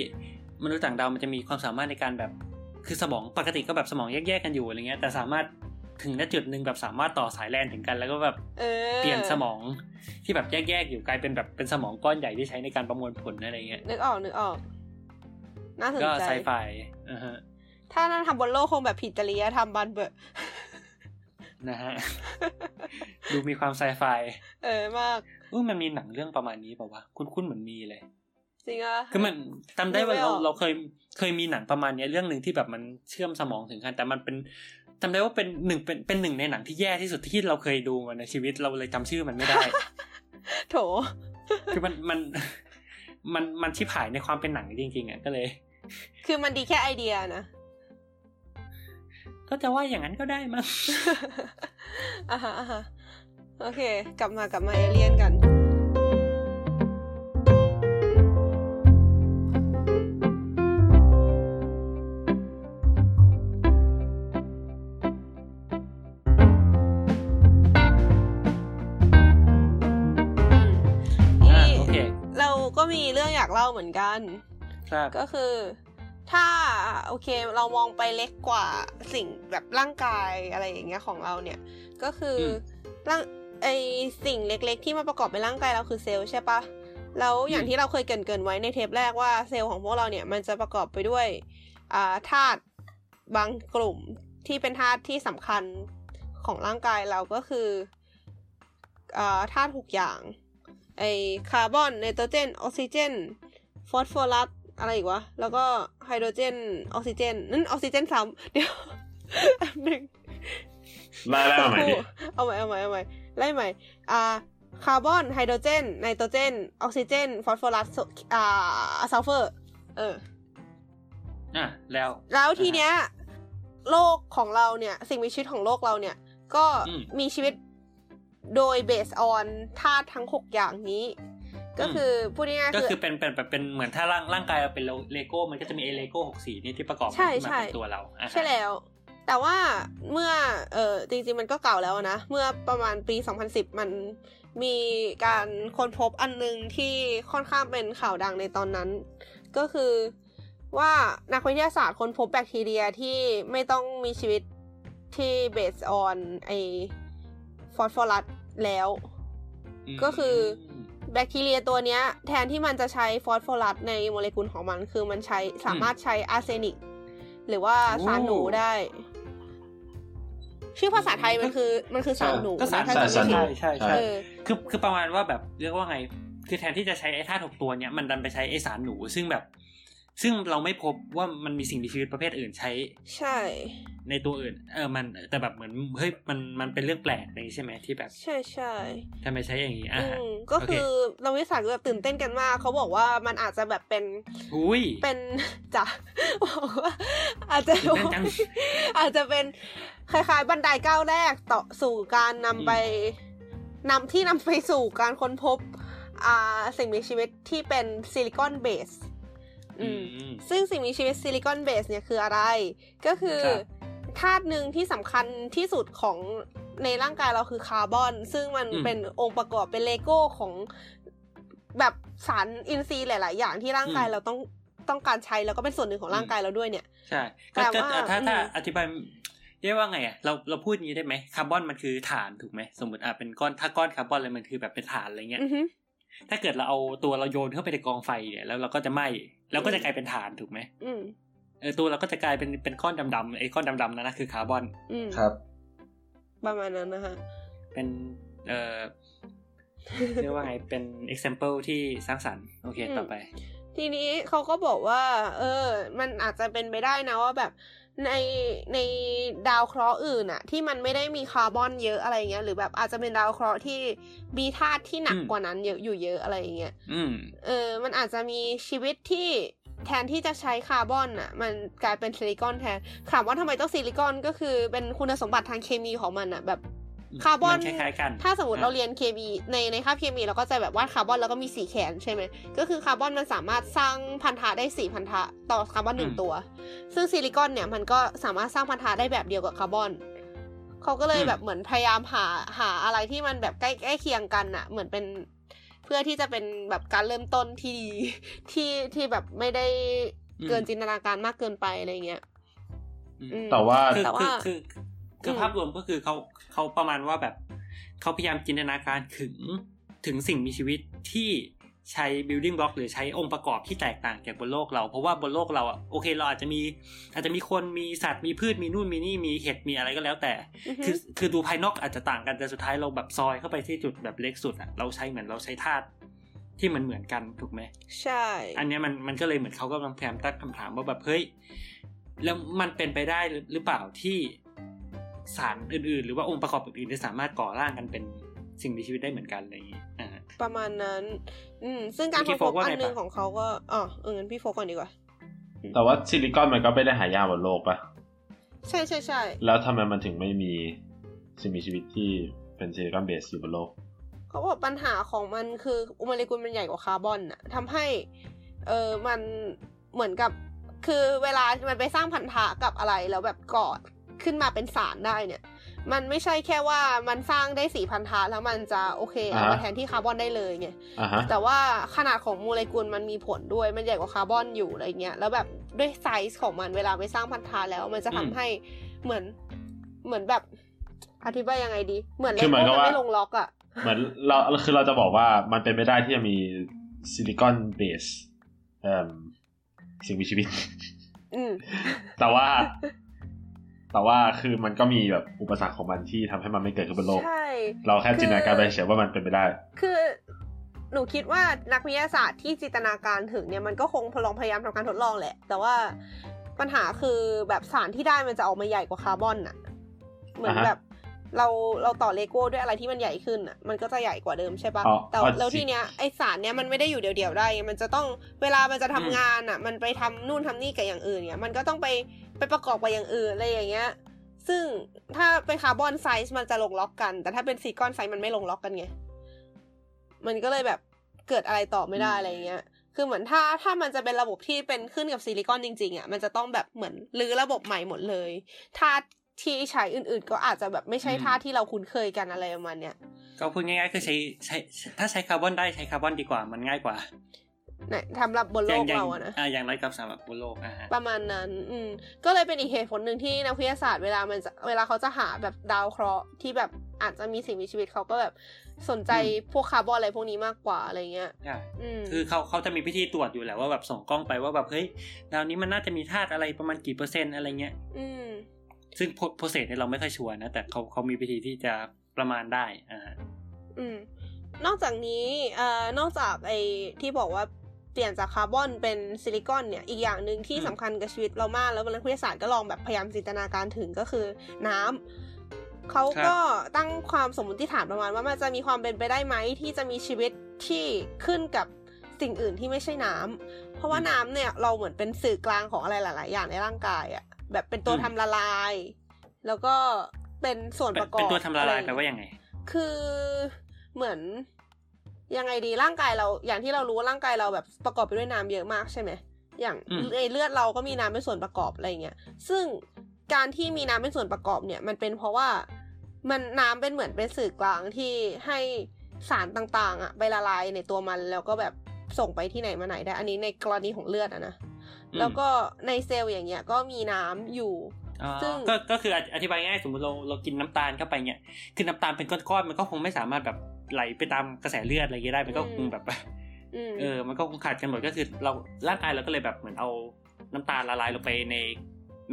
มนุษย์ต่างดาวมันจะมีความสามารถในการแบบคือสมองปกติก็แบบสมองแยกๆกันอยู่อะไรเงี้ยแต่สามารถถึงณจุดหนึ่งแบบสามารถต่อสายแลนถึงกัน แล้วก็แบบ เออ เปลี่ยนสมองที่แบบแยกๆอยู่กลายเป็นแบบเป็นสมองก้อนใหญ่ที่ใช้ในการประมวลผลอะไรเงี้ย นึกออกนึกออก น่าสน ก็ ใจ ไซไฟอ่าฮะ ถ้านั่นทำบนโลกคงแบบผิดจริยธรรมบันเบอะ นะฮะ ดูมีความไซไฟ เออมาก เออมันมีหนังเรื่องประมาณนี้เปล่าวะ คุ้นๆเหมือนมีเลย จริงอ่ะ คือมันจำได้ว่า นึกไม่ เรา ออก เราเคยเคยมีหนังประมาณเนี้ยเรื่องหนึ่งที่แบบมันเชื่อมสมองถึงกัน แต่มันเป็นจำได้ว่าเป็นหนึ่งเป็นเป็นหนึ่งในหนังที่แย่ที่สุดที่เราเคยดูมาในชีวิตเราเลยจำชื่อมันไม่ ได้ โถ คือมันมัน มันมันที่ผายในความเป็นหนังจริงๆอ่ะก็เลย คือมันดีแค่ไอเดียนะ ก็จะว่าอย่างนั้นก็ได้มั้ง อ่าฮะอ่าฮะโอเค กลับมากลับมาเอเลียนกัน อ่า นี่ โอเค เราก็มีเรื่องอยากเล่าเหมือนกัน ครับ ก็คือ ถ้าโอเคเรามองไปเล็กกว่าสิ่งแบบร่างกายอะไรอย่างเงี้ยของเราเนี่ย ก็คืออร่างไอสิ่งเล็กๆ ที่มาประกอบเป็นร่างกายเราคือเซลล์ใช่ปะแล้วอย่างที่เราเคยเกรินเกินๆไว้ในเทปแรกว่าเซลล์ของพวกเราเนี่ยมันจะประกอบไปด้วยอ่าธาตุบางกลุ่มที่เป็นธาตุที่สำคัญของร่างกายเราก็คืออ่าธาตุหกอย่าง ไอคาร์บอนไนโตรเจนออกซิเจน ฟอสฟอรัสอะไรอีกวะ แล้วก็ไฮโดรเจน ออกซิเจน นั่นออกซิเจนซ้ ำเดี๋ยวแป๊บหนึ่ง ไล่ไล่มาใหม่ดิ เอาใหม่เอาใหม่เอาใหม่ไล่ใหม่ อ่า คาร์บอน ไฮโดรเจน ไนโตรเจน ออกซิเจน ฟอสฟอรัสโซอ่าซัลเฟอร์ เออ อ่ะแล้ว แล้วทีเนี้ยโลกของเราเนี่ย สิ่งมีชีวิตของโลกเราเนี่ย ก็ อืม มีชีวิตโดยเบสออนธาตุทั้งหกอย่างนี้ ก็ อืม คือพูดง่ายๆ ก็ คือ คือเป็นเป็นแบบเป็นเหมือนถ้าร่างร่างกายเราเป็นเลโก้มันก็จะมีไอ้เลโก้หกสีนี่ที่ประกอบ ใช่ ขึ้นมา ใช่ เป็นตัวเราอ่ะ ใช่แล้ว แต่ว่าเมื่อ เออจริงๆ มันก็เก่าแล้วนะ เมื่อประมาณปี 2010 มันมีการค้นพบอันหนึงที่ค่อนข้างเป็นข่าวดังในตอนนั้น ก็คือว่านักวิทยาศาสตร์ค้นพบแบคทีเรียที่ไม่ต้องมีชีวิตที่เบสออนไอฟอสฟอรัสแล้ว ม ก็คือ แบคทีเรียตัวเนี้ย แทนที่มันจะใช้ฟอสฟอรัสในโมเลกุลของมัน คือมันใช้สามารถใช้อาร์เซนิก หรือว่าสารหนูได้ ชื่อภาษาไทยมันคือ มันคือสารหนู ก็สาร นะ สา ถ้ารจำ ใช่ ไม่ผิด ใช่ เอ ใช่ อ คือคือประมาณว่าแบบเรียกว่าไง คือแทนที่จะใช้ไอ้ธาตุหกตัวเนี้ยมันดันไปใช้ไอ้สารหนู ซึ่งแบบ ซึ่งเราไม่พบว่ามันมีสิ่งมีชีวิตประเภทอื่นใช้ ใช่ ในตัวอื่น เออมันแต่แบบเหมือนเฮ้ยมันมันเป็นเรื่องแปลกอะไรอย่างงี้ใช่ไหมที่แบบ ใช่ใช่ ทำไมใช้อย่างนี้อ่ะ อืมก็คือเราวิสาสตร์ก็แบบตื่นเต้นกันมาก เขาบอกว่ามันอาจจะแบบเป็น อุ้ย เป็น จ้ะบอกว่าอาจจะ ตื่นเต้นจัง อาจจะเป็นคล้ายๆ บันไดก้าวแรกต่อสู่การนำไปนำที่นำไปสู่การค้นพบ อ่าสิ่งมีชีวิตที่เป็นซิลิคอนเบสอืม อืม ซึ่งสิ่งมีชีวิตซิลิคอนเบสเนี่ยคืออะไร ก็คือ ครับ ธาตุหนึ่งที่สำคัญที่สุดของในร่างกายเราคือคาร์บอน ซึ่งมันเป็นองค์ประกอบเป็นเลโก้ของแบบสารอินทรีย์หลาย ๆ อย่างที่ร่างกายเราต้องต้องการใช้แล้วก็เป็นส่วนหนึ่งของร่างกายเราด้วยเนี่ย ใช่ก็ แต่ ก็ ว่า เอ่อถ้าถ้า อืม อธิบายเรียกว่าไงอ่ะเราเราพูดอย่างนี้ได้ไหมคาร์บอนมันคือฐานถูกไหมสมมติอ่ะเป็นก้อนถ้าก้อนคาร์บอนอะไรมันคือแบบเป็นฐานอะไรเงี้ย อือฮึ ถ้าเกิดเราเอาตัวเราโยนเข้าไปในกองไฟเนี่ยแล้วเราก็จะไหม้แล้วก็จะกลายเป็นฐานถูกไหม อืม เออตัวเราก็จะกลายเป็นเป็นก้อนดำๆไอ้ก้อนดำๆนั่นนะคือคาร์บอน อืม ครับ ประมาณนั้นนะคะ เป็นเอ่อ เรียกว่าไงเป็น example ที่สร้างสรรค์โอเค อืม ต่อไป ทีนี้เขาก็บอกว่า เออ มันอาจจะเป็นไปได้นะว่าแบบในในดาวเคราะห์อื่นอะที่มันไม่ได้มีคาร์บอนเยอะอะไรเงี้ยหรือแบบอาจจะเป็นดาวเคราะห์ที่มีธาตุที่หนัก อืม กว่านั้นเยอะอยู่เยอะอะไรอย่างเงี้ย อืม เออ มันอาจจะมีชีวิตที่แทนที่จะใช้คาร์บอนอะมันกลายเป็นซิลิคอนแทนถามว่าทำไมต้องซิลิคอนก็คือเป็นคุณสมบัติทางเคมีของมันอะแบบ คาร์บอน มัคล้ายๆกัน ถ้าสมมติ อ่ะ เราเรียนเคมีในในคาบเคมีเราก็จะแบบวาดคาร์บอนแล้วก็มีสีแขนใช่ไหมก็คือคาร์บอนมันสามารถสร้างพันธะได้สี่พันธะต่อคาร์บอนหนึ่งตัว ซึ่งซิลิคอนเนี่ยมันก็สามารถสร้างพันธะได้แบบเดียวกับคาร์บอนเขาก็เลยแบบเหมือนพยายามหาหาอะไรที่มันแบบใกล้ใกล้เคียงกันอะเหมือนเป็นเพื่อที่จะเป็นแบบการเริ่มต้นที่ดี ที่ที่แบบไม่ได้เกินจินตนาการมากเกินไปอะไรเงี้ย อืม อืม แต่ว่า คือ แต่ว่า คือคือคืออ ม ภาพรวมก็คือเขาเขาประมาณว่าแบบเขาพยายามจินตนาการถึงถึงสิ่งมีชีวิตที่ ใช้ building block หรือใช้องค์ประกอบที่แตกต่างจากบนโลกเรา เพราะว่าบนโลกเราอะโอเคเราอาจจะมีอาจจะมีคนมีสัตว์มีพืชมีนู่นมีนี่มีเห็ดมีอะไรก็แล้วแต่ อือฮึ คือคือดูภายนอกอาจจะต่างกันแต่สุดท้ายเราแบบซอยเข้าไปที่จุดแบบเล็กสุดอะเราใช้เหมือนเราใช้ธาตุที่มันเหมือนกันถูกไหม ใช่ อันเนี้ยมันมันก็เลยเหมือนเขากำลังพยายามตั้งคำถามว่าแบบเฮ้ยแล้วมันเป็นไปได้หรือเปล่าที่สารอื่น ๆ หรือว่าองค์ประกอบอื่นๆจะสามารถก่อร่างกันเป็นสิ่งมีชีวิตได้เหมือนกันอะไรอย่างงี้อ่า ประมาณนั้น อืมซึ่งการ พี่ ค้น โฟ พ ก บ ว่า อั ไง นหนึ่ง ปะ ของเขาก็อ๋อเอองั้นพี่โฟกก่อนดีกว่า แต่ว่าซิลิคอนมันก็ไม่ได้หายากบนโลกปะ ใช่ใช่ใช่ แล้วทำไมมันถึงไม่มีสิ่งมีชีวิตที่เป็นซิลิคอนเบสอยู่บนโลก เขาบอกปัญหาของมันคือโมเลกุลมันใหญ่กว่าคาร์บอนน่ะทำให้ เออมันเหมือนกับ คือเวลามันไปสร้างพันธะกับอะไรแล้วแบบก่อขึ้นมาเป็นสารได้เนี่ย มันไม่ใช่แค่ว่ามันสร้างได้สี่พันธะแล้วมันจะโอเคเอามา อ่า แทนที่คาร์บอนได้เลยไง อ่ะฮะ แต่ว่าขนาดของโมเลกุลมันมีผลด้วย มันใหญ่กว่าคาร์บอนอยู่อะไรเงี้ย แล้วแบบด้วยไซส์ของมันเวลาไปสร้างพันธะแล้ว มันจะทำ อืม ให้เหมือนเหมือนแบบอธิบายยังไงดี เหมือนเล คือห โก้ มายความ มัน ว่า ไม่ลงล็อกอะ เหมือนเราคือเราจะบอกว่ามันเป็นไม่ได้ที่จะมีซิลิคอนเบสเอ่อสิ่งมีชีวิต อืม แต่ว่า แต่ว่าคือมันก็มีแบบอุปสรรคของมันที่ทำให้มันไม่เกิดขึ้นบนโลก ใช่ เราแค่จินตนาการไปเฉยๆว่ามันเป็นไปได้ คือหนูคิดว่านักวิทยาศาสตร์ที่จินตนาการถึงเนี่ยมันก็คงลองพยายามทำการทดลองแหละ แต่ว่าปัญหาคือแบบสารที่ได้มันจะออกมาใหญ่กว่าคาร์บอนน่ะ เหมือน อ่าฮะ แบบเราเราต่อเลโก้ด้วยอะไรที่มันใหญ่ขึ้นน่ะ มันก็จะใหญ่กว่าเดิมใช่ อ๋อ ปะ่ะแต่ อ๋อ แล้ว จริง ทีเนี้ยไอสารเนี้ยมันไม่ได้อยู่เดียวๆได้ไงมันจะต้องเวลามันจะทำ อืม งานน่ะ มันไปทำนู่นทำนี่กับอย่างอื่นเนี่ยมันก็ต้องไปไปประกอบกับอย่างอื่นอะไรอย่างเงี้ย ซึ่งถ้าเป็นคาร์บอนไซส์มันจะลงล็อกกัน แต่ถ้าเป็นซิลิคอนไซส์มันไม่ลงล็อกกันไง มันก็เลยแบบเกิดอะไรต่อไม่ได้อะไรอย่างเงี้ย คือเหมือนถ้าถ้ามันจะเป็นระบบที่เป็นขึ้นกับซิลิคอนจริง ๆอ่ะ มันจะต้องแบบเหมือนรื้อระบบใหม่หมดเลยธาตุที่ใช้อื่นๆ ก็อาจจะแบบไม่ใช่ อืม ธาตุที่เราคุ้นเคยกันอะไรประมาณเนี้ย ก็พูดง่ายๆคือใช้ใช้ถ้าใช้คาร์บอนได้ใช้คาร์บอนดีกว่ามันง่ายกว่า ไหนทำรับบนโล อย่าง ก อย่าง เราอะนะ อ่าอย่างไรกับสำหรับบนโลกอ่าฮะ ประมาณนั้น อืม ก็เลยเป็นอีกเหตุผลหนึ่งที่นักวิทยาศาสตร์เวลามันจะเวลาเขาจะหาแบบดาวเคราะห์ที่แบบอาจจะมีสิ่งมีชีวิตเขาก็แบบสนใจ อืม พวกคาร์บอนอะไรพวกนี้มากกว่าอะไรเงี้ย ใช่ อืม คือเขาเขาจะมีพิธีตรวจอยู่แหละว่าแบบส่งกล้องไปว่าแบบเฮ้ยดาวนี้มันน่าจะมีธาตุอะไรประมาณกี่เปอร์เซ็นต์อะไรเงี้ย อืม ซึ่งโปรเซสเนี่ยเราไม่ค่อยชัวร์นะ แต่เขาเขามีวิธีที่จะประมาณได้อ่า อืม นอกจากนี้เอ่อนอกจากไอ้ที่บอกว่าเปลี่ยนจากคาร์บอนเป็นซิลิคอนเนี่ย อีกอย่างหนึ่งที่ อืม สำคัญกับชีวิตเรามาก แล้วนักวิทยาศาสตร์ก็ลองแบบพยายามจินตนาการถึงก็คือน้ำเขาก็ตั้งความสมมติฐานประมาณว่ามันจะมีความเป็นไปได้ไหมที่จะมีชีวิตที่ขึ้นกับสิ่งอื่นที่ไม่ใช่น้ำ เพราะว่าน้ำเนี่ยเราเหมือนเป็นสื่อกลางของอะไรหลาย ๆ อย่างในร่างกายอะแบบเป็นตัว อืม ทำละลาย แล้วก็เป็นส่วน เป็นประกอบ เป็นตัวทำละลาย อะร แปลว่ายังไง คือเหมือนยังไงดีร่างกายเราอย่างที่เรารู้ว่าร่างกายเราแบบประกอบไปด้วยน้ำเยอะมากใช่ไหมอย่าง อืม ในเลือดเราก็มีน้ำเป็นส่วนประกอบอะไรเงี้ยซึ่งการที่มีน้ำเป็นส่วนประกอบเนี่ย มันเป็นเพราะว่ามันน้ำเป็นเหมือนเป็นสื่อกลางที่ให้สารต่างๆอะไปละลายในตัวมันแล้วก็แบบส่งไปที่ไหนมาไหนได้ อันนี้ในกรณีของเลือดอะนะ อืม แล้วก็ในเซลล์อย่างเงี้ยก็มีน้ำอยู่ อ๋อ ซึ่ง ก็ก็คืออธิบายง่ายๆสมมติเราเรากินน้ำตาลเข้าไปเนี่ยคือน้ำตาลเป็นก้อนๆมันก็คงไม่สามารถแบบไหลไปตามกระแสเลือดอะไรอย่างเงี้ยได้มันก็คงแบบ อืม เออ มันก็คงขาดกันหมดก็คือเราร่างกายเราก็เลยแบบเหมือนเอาน้ำตาลละลายลงไปใน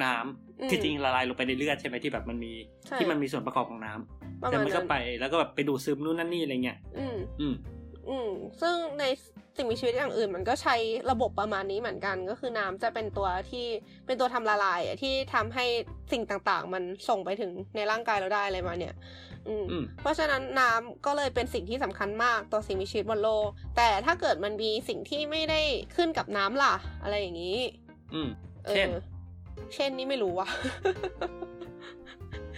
น้ำ อืม คือจริงละลายลงไปในเลือดใช่ไหมที่แบบมันมี ใช่ ที่มันมีส่วนประกอบของน้ำ ประ แต่ มาณ มันก็ นั้น ไปแล้วก็แบบไปดูดซึมนู่นนั่นนี่อะไรเงี้ย อืม อืม อืมซึ่งในสิ่งมีชีวิตอย่างอื่นมันก็ใช้ระบบประมาณนี้เหมือนกัน ก็คือน้ำจะเป็นตัวที่เป็นตัวทำละลายอะที่ทำให้สิ่งต่างๆ มันส่งไปถึงในร่างกายเราได้อะไรมาเนี่ย อืม อืม เพราะฉะนั้นน้ำก็เลยเป็นสิ่งที่สำคัญมากต่อสิ่งมีชีวิตบนโลก แต่ถ้าเกิดมันมีสิ่งที่ไม่ได้ขึ้นกับน้ำล่ะ อะไรอย่างนี้ อืม ออ เช่น เช่นนี่ไม่รู้ว่ะ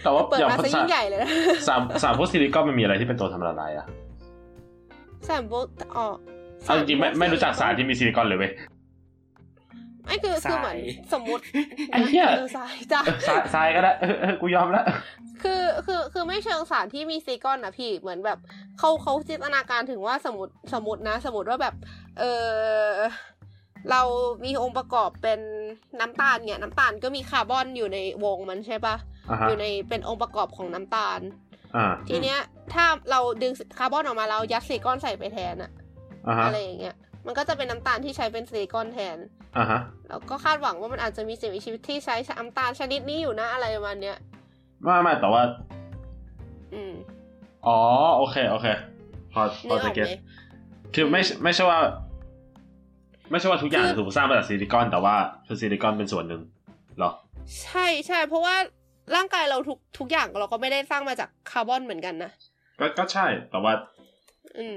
แต่ว่า เปิด อย่าง มาซะยิ่งใหญ่เลยนะ สามสามพวกซิลิคอนมันมีอะไรที่เป็นตัวทำละลายอะ สารโบอ๋อ เอาจริงๆไม่ไม่รู้จักสารที่มีซิลิคอนเลยเว้ย ไม่คือคือเหมือน สาย สมมุติ ไอ้เหี้ย คือสายจ้ะ เออทรายทรายก็ได้เอ อเออกูยอมแล้ว คือคือคือไม่เชิงสารที่มีซีกอนนะพี่เหมือนแบบเขาเขาจินตนาการถึงว่าสมมติสมมตินะ สมมติว่าแบบ เออเรามีองค์ประกอบเป็นน้ำตาลเนี่ย น้ำตาลก็มีคาร์บอนอยู่ในวงมันใช่ปะ อ่าฮะ อยู่ในเป็นองค์ประกอบของน้ำตาล อ่า ทีเนี้ยถ้าเราดึงคาร์บอนออกมาเรายัดซีกอนใส่ไปแทนอะ อ่าฮะ อะไรอย่างเงี้ยมันก็จะเป็นน้ำตาลที่ใช้เป็นซิลิคอนแทน อ่าฮะ แล้วก็คาดหวังว่ามันอาจจะมีสิ่งมีชีวิตที่ใช้น้ำตาลชนิดนี้อยู่นะอะไรประมาณเนี้ย ไม่ไม่แต่ว่า อืม อ๋อ โอเค โอเค พอพอ นึกออจะกไหมเก็ตคือไม่ไม่ใช่ว่า ไม่ใช่ว่าทุกอย่าง คือ ถูกสร้างมาจากซิลิคอน แต่ว่าคือซิลิคอนเป็นส่วนหนึ่งเหรอ ใช่ใช่เพราะว่าร่างกายเราทุกทุกอย่างเราก็ไม่ได้สร้างมาจากคาร์บอนเหมือนกันนะ ก็ก็ใช่ แต่ว่า อืม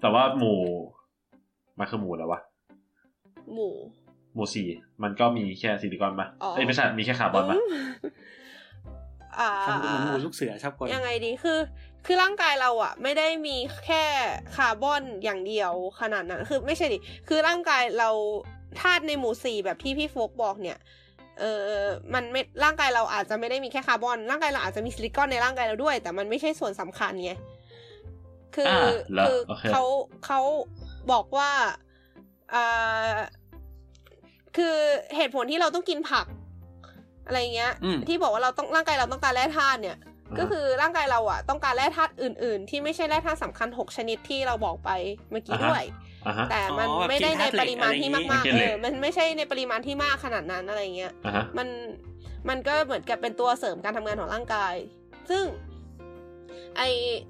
แต่ว่าหมู่มันคือหมู่แล้ววะ หมู หมู่สี่มันก็มีแค่ซิลิคอนปะ อ๋อ เอ้ยไม่ใช่มีแค่คาร์บอนปะ ม อ่า ฟังดูเหมือนหมูลูกเสือครับก่อน ยังไงดีคือ คือร่างกายเราอะไม่ได้มีแค่คาร์บอนอย่างเดียวขนาดนั้น คือไม่ใช่ดิ คือร่างกายเราธาตุในหมู่สี่แบบที่พี่โฟกบอกเนี่ย เออมันไม่ร่างกายเราอาจจะไม่ได้มีแค่คาร์บอน ร่างกายเราอาจจะมีซิลิคอนในร่างกายเราด้วย แต่มันไม่ใช่ส่วนสำคัญไง คือา อ เหรอ คือ โอเค เขาเขาบอกว่าอ่าคือเหตุผลที่เราต้องกินผัก อะไรเงี้ย อืม ที่บอกว่าเราต้องร่างกายเราต้องการแร่ธาตุเนี่ย ก็คือร่างกายเราอะต้องการแร่ธาตุอื่น ๆ ที่ไม่ใช่แร่ธาตุสำคัญ 6 ชนิดที่เราบอกไปเมื่อกี้ด้วย อ่าฮะ แต่มันไม่ได้ในปริมาณที่มากๆ กินเหเอล็ก อมันไม่ใช่ในปริมาณที่มากขนาดนั้นอะไรเงี้ย อ่าฮะ มันมันก็เหมือนกับเป็นตัวเสริมการทำงานของร่างกาย ซึ่งไอ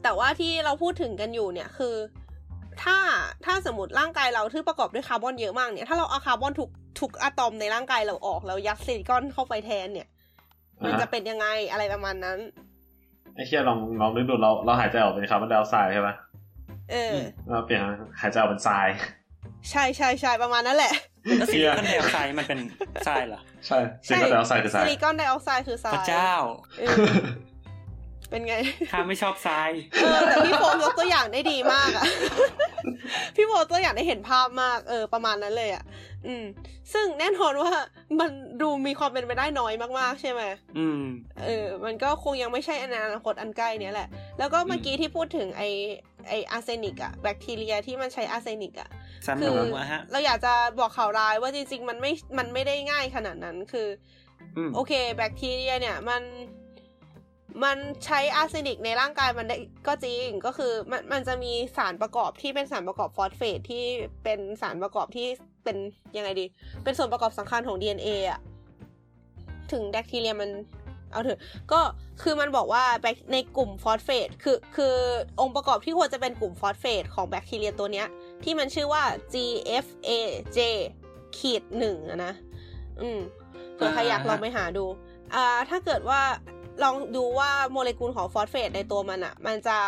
แต่ว่าที่เราพูดถึงกันอยู่เนี่ยคือ ถ้าถ้าสมมติร่างกายเราที่ประกอบด้วยคาร์บอนเยอะมากเนี่ย ถ้าเราเอาคาร์บอนทุกทุกอะตอมในร่างกายเราออกแล้วยัดซิลิคอนเข้าไปแทนเนี่ย มัน อ่า จะเป็นยังไงอะไรประมาณนั้น ไอ้เคียลองลองนึกดูเราเราหายใจออกเป็นคาร์บอนไดออกไซด์ใช่ไหม เอออ เราเปลี่ยนหายใจออกเป็นทราย ใช่ใช่ใช่ประมาณนั้นแหละ แล้วซิลิคอนไดออกไซด์มันเป็นทรายเหรอ ใช่ซิลิคอนไดออกไซด์คือทราย ซิลิคอนไดออกไซด์คือทรา พ ย ระเจ้า เออเป็นไง ข้าไม่ชอบทราย เออแต่พี่โฟมยกตัวอย่างได้ดี มากอะ พี่โฟมตัวอย่างได้เห็นภาพมาก เออ ประมาณนั้นเลยอะอืม ซึ่งแน่นอนว่ามันดูมีความเป็นไปได้น้อยมากๆ ใช่ไหม อืม เออ มันก็คงยังไม่ใช่อนาคตอันใกล้เนี้ยแหละ แล้วก็เมื่อกี้ที่พูดถึงไอไออาร์เซนิกอะแบคทีเรียที่มันใช้อาร์เซนิกอะ สันห คื นู อ อะฮะ เราอยากจะบอกข่าวร้ายว่าจริงๆ มันไม่ มันไม่ได้ง่ายขนาดนั้น คือ อืม โอเค แบคทีเรียเนี่ยมัน มันใช้อาร์เซนิกในร่างกายมันได้ก็จริง ก็คือมันมันจะมีสารประกอบที่เป็นสารประกอบฟอสเฟตที่เป็นสารประกอบที่เป็นยังไงดี เป็นส่วนประกอบสำคัญของ DNA อะถึงแบคทีเรียมันเอาเถอะ ก็คือมันบอกว่าแบคในกลุ่มฟอสเฟตคือคือองค์ประกอบที่ควรจะเป็นกลุ่มฟอสเฟตของแบคทีเรียตัวเนี้ย ที่มันชื่อว่า GFAJ ขีดหนึ่งอะนะ อืมเผื่อใครอยากลองไปหาดู อ่า ถ้าเกิดว่าลองดูว่าโมเลกุลของฟอสเฟตในตัวมันอะมันจะ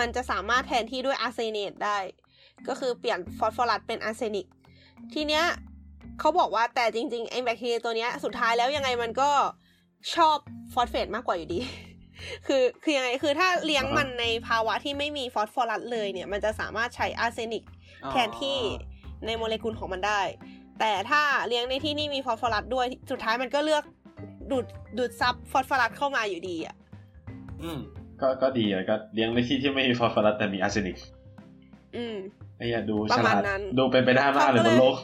มันจะสามารถแทนที่ด้วยอาร์เซเนตได้ ก็คือเปลี่ยนฟอสฟอรัสเป็นอาร์เซนิก ทีเนี้ยเขาบอกว่าแต่จริงๆไอ้แบคทีเรียตัวเนี้ยสุดท้ายแล้วยังไงมันก็ชอบฟอสเฟตมากกว่าอยู่ดี คือคือยังไงคือถ้าเลี้ยงมันในภาวะที่ไม่มีฟอสฟอรัสเลยเนี่ย มันจะสามารถใช้อาร์เซนิก แทนที่ในโมเลกุลของมันได้ แต่ถ้าเลี้ยงในที่นี่มีฟอสฟอรัสด้วย สุดท้ายมันก็เลือกดูดดูดซับฟอสฟอรัสเข้ามาอยู่ดีอ่ะ อืม ก็ก็ดีแล้วก็เลี้ยงในที่ที่ไม่มีฟอสฟอรัสแต่มีอาร์เซนิก อืม ไอ้เหี้ยดู ป ฉ ระมา ลา ณ ด นั้น ดูเป็นไปได้มากเลย เขาก็ บนเลยโลก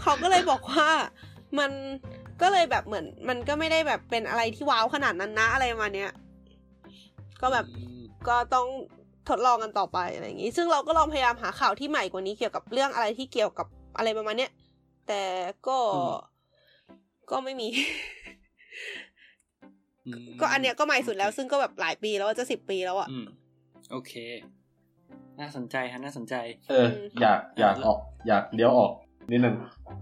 เขาก็เลยบอกว่ามันก็เลยแบบเหมือน มันก็ไม่ได้แบบเป็นอะไรที่ว้าวขนาดนั้นนะอะไรประมาณเนี้ยก็แบบ ก็ต้องทดลองกันต่อไปอะไรอย่างนี้ ซึ่งเราก็ลองพยายามหาข่าวที่ใหม่กว่านี้เกี่ยวกับเรื่องอะไรที่เกี่ยวกับอะไรประมาณเนี้ย แต่ก็ อืม ก็ไม่มี อืม ก็อันเนี้ยก็ใหม่สุดแล้ว ซึ่งก็แบบหลายปีแล้วอะจะสิบปีแล้วอ่ะ อืม โอเค น่าสนใจฮะ น่าสนใจ เออ อยากอยากออก อยากเลี้ยวออกนิดนึง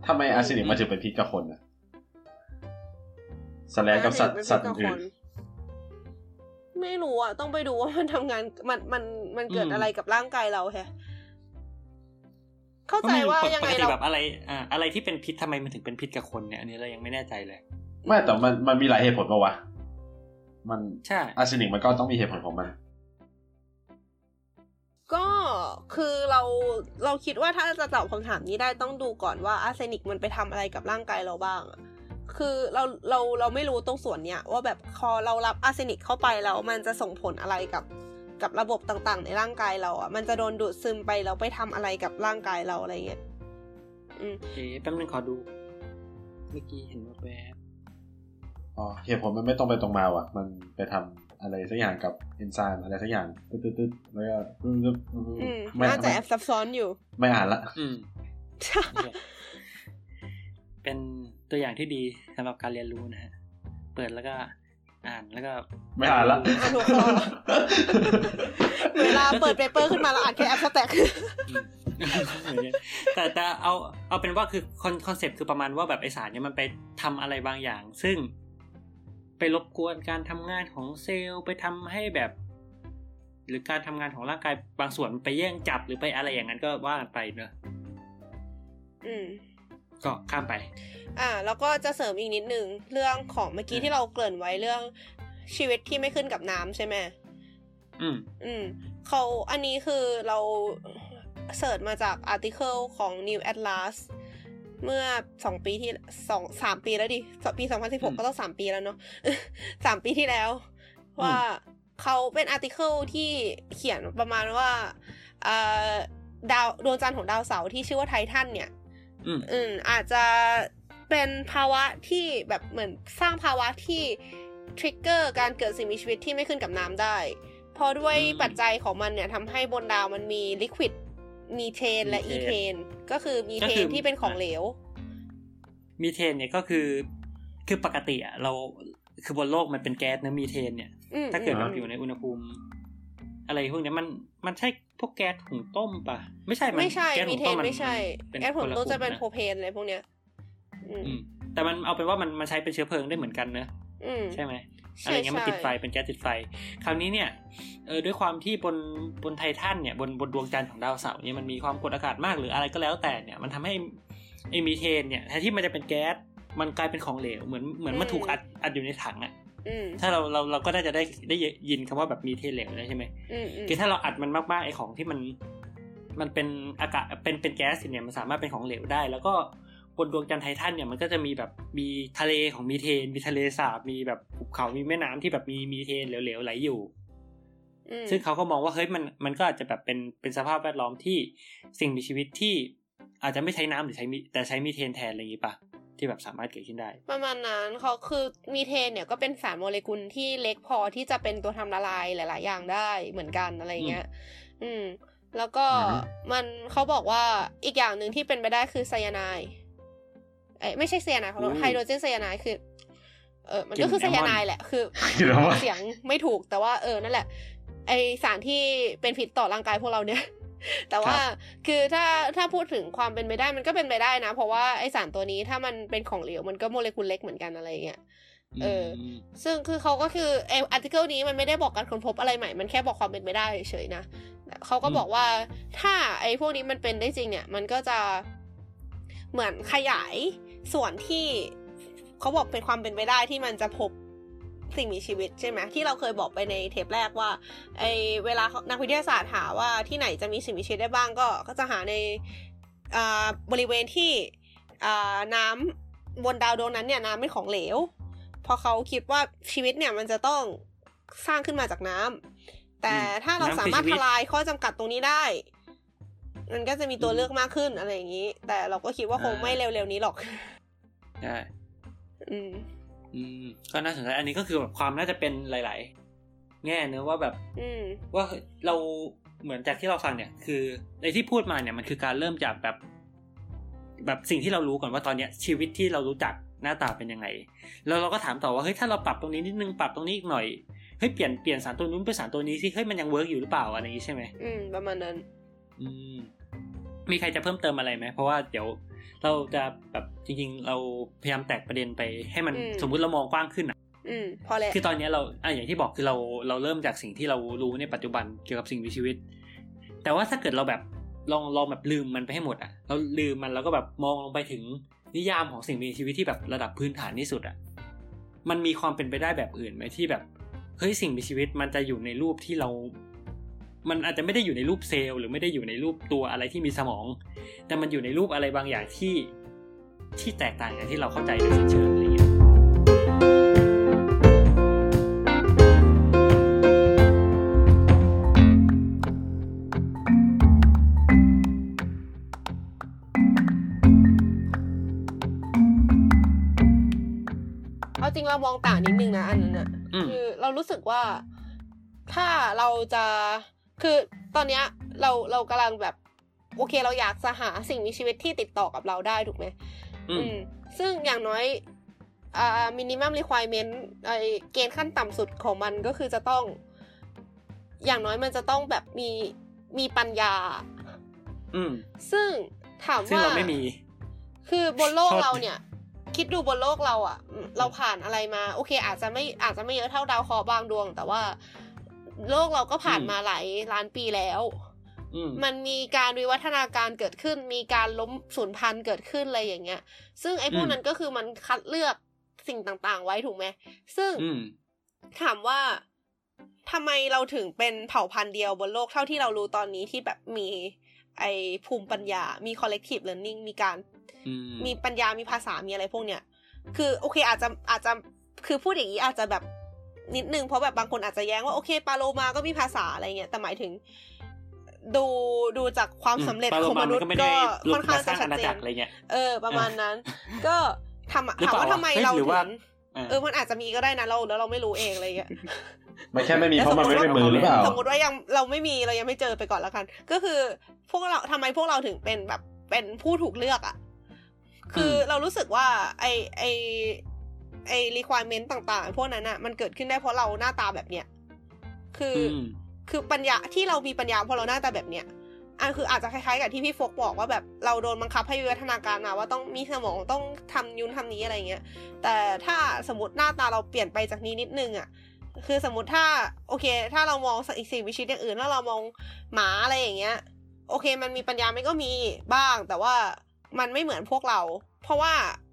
ทำไมอาร์เซนิกมันถึงเป็นพิษกับคนนะสแลงกับสัตว์ อาร์เซนิก สัตว์ เป็นพิษอื่นกับคน ไม่รู้อ่ะ ต้องไปดูว่า มันทำงานมันมันมันเกิด อืม อะไรกับร่างกายเราแฮะ เข้าก็ใจไม่รู้ ว่า ปก ยังปไงกติ เรา แบบอะไรอ่าอะไรที่เป็นพิษทำไมมันถึงเป็นพิษกับคนเนี่ย อันนี้เรายังไม่แน่ใจเลย ๆไม่แต่มันมันมีหลายเหตุผลปะวะ มัน ใช่ อาร์เซนิกมันก็ต้องมีเหตุผลของมัน ก็คือเราเราคิดว่าถ้าจะตอบคำถามนี้ได้ต้องดูก่อนว่าอาร์เซนิกมันไปทำอะไรกับร่างกายเราบ้างอะคือเราเราเราไม่รู้ตรงส่วนเนี้ยว่าแบบพอเรารับอาร์เซนิกเข้าไปแล้วมันจะส่งผลอะไรกับกับระบบต่างๆ ในร่างกายเราอ่ะ มันจะโดนดูดซึมไปแล้วไปทำอะไรกับร่างกายเราอะไรเงี้ยอืม โอเคแป๊บนึงขอดู เมื่อกี้เห็นว่าแบบ อ๋อเหตุผลมันไม่ตรงไปตรงมาว่ะ มันไปทำ อะไรสักอย่างกับเอนไซม์อะไรสักอย่างตึ๊ดตึ๊ดตึ๊ดแล้วก็ตึ๊ดตึ๊ดตึ๊ด อืม ไม่ น่าจะ ไม่ แอบซับซ้อนอยู่ ไม่อ่านละ อืม เป็นตัวอย่างที่ดีสำหรับการเรียนรู้นะฮะ เปิดแล้วก็อ่านแล้วก็ ไม่อ่านละ อ่านหัวข้อ เวลาเปิดเปเปอร์ขึ้นมาแล้วอ่านแค่แอปสแต็ก แต่แต่เอาเอาเป็นว่าคือคอนคอนเซปต์คือประมาณว่าแบบไอสารเนี่ยมันไปทำอะไรบางอย่าง ซึ่งไปรบกวนการทำงานของเซลล์ไปทำให้แบบ หรือการทำงานของร่างกายบางส่วนไปแย่งจับหรือไปอะไรอย่างนั้นก็ว่ากันไปเนอะ อืม ก็ข้ามไป อ่า แล้วก็จะเสริมอีกนิดนึง เรื่องของเมื่อกี้ที่เราเกริ่นไว้เรื่องชีวิตที่ไม่ขึ้นกับน้ำใช่ไหม อืม อืมเขาอันนี้คือเราเสิร์ชมาจากอาร์ติเคิลของ New Atlas เมื่อสองปีที่สองสามปีแล้วดิสองปีสองพันสิบห อื ก ม ก็ต้องสามปีแล้วเนาะ สามปีที่แล้ว ว่าเขาเป็นอาร์ติเคิลที่เขียนประมาณว่าเอ่อดาวดวงจันทร์ของดาวเสาร์ที่ชื่อว่าไททันเนี่ย อืม อืมอาจจะเป็นภาวะที่แบบเหมือนสร้างภาวะที่ทริกเกอร์การเกิดสิ่งมีชีวิตที่ไม่ขึ้นกับน้ำได้ เพราะด้วย อืม ปัจจัยของมันเนี่ยทำให้บนดาวมันมีลิควิดมีเทนและ มี อี เทน เทน ก็คือมี ก็ เท คื น อ ที่เป็นของเหลว มีเทนเนี่ยก็คือคือปกติอะเราคือบนโลกมันเป็นแก๊สนะมีเทนเนี่ย อืม ถ้าเกิด อื มั ม นอยู่ในอุณหภูมิ อะไรพวกเนี้ยมันมันใช่พวกแก๊สถุงต้มปะไม่ใช่น ไม่ใช่ แก๊ส มี ถุง เท ต้ น นน ไม่ใช่ เป็น แอดผล คล ต้จะเป็น ก โพ ลุ่ม เพนอะไรพวกเนี้ย อืม อืมแต่มันเอาเป็นว่ามันมันใช้เป็นเชื้อเพลิงได้เหมือนกันเนอะ อืม ใช่ไหม ใช่ อะไรเงี้ยมันติดไฟ ใช่ เป็นแก๊สติดไฟ คราวนี้เนี่ยเออด้วยความที่บนบนไททันเนี่ยบนบนดวงจันทร์ของดาวเสาร์เนี่ยมันมีความกดอากาศมากหรืออะไรก็แล้วแต่เนี่ยมันทำให้ไอมีเทนเนี่ยแทนที่มันจะเป็นแก๊สมันกลายเป็นของเหลวเหมือนเหมือนมันถูกอัดอัดอยู่ในถังอะ อืม ถ้าเราเราเราก็น่าจะได้ได้ยินคำว่าแบบมีเทนเหลวนะใช่ไหม อืมอืม คือถ้าเราอัดมันมากๆไอของที่มันมันเป็นอากาศเป็นเป็นแก๊สอยู่เนี่ยมันสามารถเป็นของเหลวได้ แล้วก็บนดวงจันทร์ไททันเนี่ยมันก็จะมีแบบมีทะเลของมีเทน มีทะเลสาบมีแบบภูเขามีแม่น้ำที่แบบมีมีเทนเหลวๆไหลอยู่ อืม ซึ่งเขาก็มองว่าเฮ้ยมันมันก็อาจจะแบบเป็นเป็นสภาพแวดล้อมที่สิ่งมีชีวิตที่อาจจะไม่ใช้น้ำหรือใช้มีแต่ใช้มีเทนแทนอะไรอย่างนี้ปะที่แบบสามารถเกิดขึ้นได้ ประมาณนั้นเขาคือมีเทนเนี่ยก็เป็นสารโมเลกุลที่เล็กพอที่จะเป็นตัวทำละลายหลาย ๆ อย่างได้เหมือนกันอะไรเงี้ย อืม แล้วก็ อืม มันเขาบอกว่าอีกอย่างหนึ่งที่เป็นไปได้คือไซยาไนด์เอ้ยไม่ใช่ไซยาไนด์เขาเรียก อืม ไฮโดรเจนไซยาไนด์คือ เออมัน กิน ก็คือไซยาไน แอลมอนด์ ด์แหละคือ เดี๋ยวว่า เสียงไม่ถูกแต่ว่าเออนั่นแหละ ไอสารที่เป็นพิษต่อร่างกายพวกเราเนี่ย แต่ว่าคือถ้าถ้าพูดถึงความเป็นไปได้มันก็เป็นไปได้นะ เพราะว่าไอสารตัวนี้ถ้ามันเป็นของเหลวมันก็โมเลกุลเล็กเหมือนกันอะไรอย่างเงี้ย เออ ม ซึ่งคือเขาก็คือไออาร์ติเคิลนี้มันไม่ได้บอกการค้นพบอะไรใหม่ มันแค่บอกความเป็นไปได้เฉยๆนะแต่เขาก็บอกว่าถ้าไอพวกนี้มันเป็นได้จริงเนี่ย มันก็จะเหมือนขยายส่วนที่เขาบอกเป็นความเป็นไปได้ที่มันจะพบสิ่งมีชีวิตใช่ไหมที่เราเคยบอกไปในเทปแรกว่า ไอเวลานักวิทยาศาสตร์หาว่าที่ไหนจะมีสิ่งมีชีวิตได้บ้างก็ก็จะหาในอ่าบริเวณที่อ่าน้ำบนดาวดวงนั้นเนี่ยน้ำเป็นของเหลว พอเขาคิดว่าชีวิตเนี่ยมันจะต้องสร้างขึ้นมาจากน้ำแต่ถ้าเราสามารถทลายข้อจำกัดตรงนี้ได้ มันก็จะมีตัวเลือกมากขึ้นอะไรอย่างนี้ แต่เราก็คิดว่าคงไม่เร็วๆนี้หรอก ใช่ อืม อืมก็น่าสนใจอันนี้ก็คือแบบความน่าจะเป็นหลาย ๆ แง่เนอะว่าแบบ อืม ว่าเราเหมือนจากที่เราฟังเนี่ย คือในที่พูดมาเนี่ยมันคือการเริ่มจากแบบ แบบสิ่งที่เรารู้ก่อนว่าตอนเนี้ย ชีวิตที่เรารู้จักหน้าตาเป็นยังไง แล้วเราก็ถามต่อว่าเฮ้ยถ้าเราปรับตรงนี้นิดนึงปรับตรงนี้อีกหน่อยเฮ้ยเปลี่ยนเปลี่ยนสารตัวนู้นเป็นสารตัวนี้สิเฮ้ยมันยังเวิร์กอยู่หรือเปล่าอะไรอย่างนี้ใช่ไหม อืม ประมาณนั้น อืมมีใครจะเพิ่มเติมอะไรไหมเพราะว่าเดี๋ยวเราจะแบบจริง ๆ เราพยายามแตกประเด็นไปให้มัน อืม สมมุติเรามองกว้างขึ้นอะ อืม พอแล้ว คือตอนเนี้ยเราอ่ะอย่างที่บอกคือเราเราเริ่มจากสิ่งที่เรารู้ในปัจจุบันเกี่ยวกับสิ่งมีชีวิต แต่ว่าถ้าเกิดเราแบบลองลองแบบลืมมันไปให้หมดอ่ะ เราลืมมันแล้วก็แบบมองลงไปถึงนิยามของสิ่งมีชีวิตที่แบบระดับพื้นฐานที่สุดอ่ะ มันมีความเป็นไปได้แบบอื่นไหมที่แบบเฮ้ยสิ่งมีชีวิตมันจะอยู่ในรูปที่เรา มันอาจจะไม่ได้อยู่ในรูปเซลล์หรือไม่ได้อยู่ในรูปตัวอะไรที่มีสมอง แต่มันอยู่ในรูปอะไรบางอย่างที่ที่แตกต่างจากที่เราเข้าใจโดยสิ้นเชิงอะไรอย่างเงี้ย เอาจริงเรามองต่างนิดนึงนะอันนั้นอะ อืม คือเรารู้สึกว่าถ้าเราจะคือตอนเนี้ยเราเรากำลังแบบ โอเคเราอยากจะหาสิ่งมีชีวิตที่ติดต่อกับเราได้ถูกไหม อืม อืมซึ่งอย่างน้อยอ่ามินิมัมรีควายเมนต์ไอเกณฑ์ขั้นต่ำสุดของมันก็คือจะต้อง อย่างน้อยมันจะต้องแบบมีมีปัญญา อืม ซึ่งถามว่า ซึ่งเราไม่มี คือบนโลก ชอบ เราเนี่ย คิดดูบนโลกเราอะ่ะ เราผ่านอะไรมา โอเค อาจจะไม่อาจจะไม่เยอะเท่าดาวเคราะห์บางดวง แต่ว่า โลกเราก็ผ่านมาหลายล้านปีแล้ว อืม มันมีการวิวัฒนาการเกิดขึ้น มีการล้มสูญพันธุ์เกิดขึ้นอะไรอย่างเงี้ย ซึ่งไอ้พวก อืม นั้นก็คือมันคัดเลือกสิ่งต่างๆ ไว้ถูกไหม ซึ่ง อืม ถามว่าทำไมเราถึงเป็นเผ่าพันธุ์เดียวบนโลกเท่าที่เรารู้ตอนนี้ที่แบบมี ไอ้ภูมิปัญญา มี collective learning มีการ อืม มีปัญญา มีภาษา มีอะไรพวกเนี้ย คือโอเคอาจจะอาจจะ คือพูดอย่างนี้อาจจะแบบนิดนึง เพราะแบบบางคนอาจจะแย้งว่าโอเคปลาโลมาก็มีภาษาอะไรเงี้ย แต่หมายถึง ดูดูจากความ อืม สำเร็จ ปลาโล ของ มาม นุษ นก็ ย์ ไม่ ก็ ได้ลงค่อน มา ข้าง ส จะ ร้าง ชัด อาณา เจ จัก น รอะไรเงี้ย เออ ประมาณนั้น ก็ทำ หรือ ถาเปมล่า ว่าทำไม เฮ้ย เรา หรือ ถึ ว่า ง อ่า เออมันอาจจะมีก็ได้นะเราแล้วเราไม่รู้เองอะไรเงี้ย มันแค่ไม่มีเพราะมันไม่เป็นมือหรือเปล่า สมมติว่ายังเราไม่มีเรายังไม่เจอไปก่อนละกัน ก็คือพวกเราทำไมพวกเราถึงเป็นแบบเป็นผู้ถูกเลือกอะ่ะ คืออ ม เรารู้สึกว่า ไอไอไอ requirement ต่างๆ พวกนั้นอะ่ะ มันเกิดขึ้นได้เพราะเราหน้าตาแบบเนี้ยคือ อื อ ม คือปัญญาที่เรามีปัญญาเพราะเราหน้าตาแบบเนี้ยอันคืออาจจะคล้ายๆกับที่พี่โฟกบอกว่าแบบเราโดนบังคับให้วิวัฒนาการมาว่าต้องมีสมองต้องทำยุนทำนี้อะไรเงี้ย แต่ถ้าสมมติหน้าตาเราเปลี่ยนไปจากนี้นิดนึงอะ่ะ คือสมมติถ้าโอเค ถ้าเรามองสัตว์อีกสิ่งมีชีวิตอย่างอื่นถ้าเรามองหมาอะไรอย่างเงี้ย โอเค มันมีปัญญามันก็มีบ้าง แต่ว่ามันไม่เหมือนพวกเรา เพราะว่า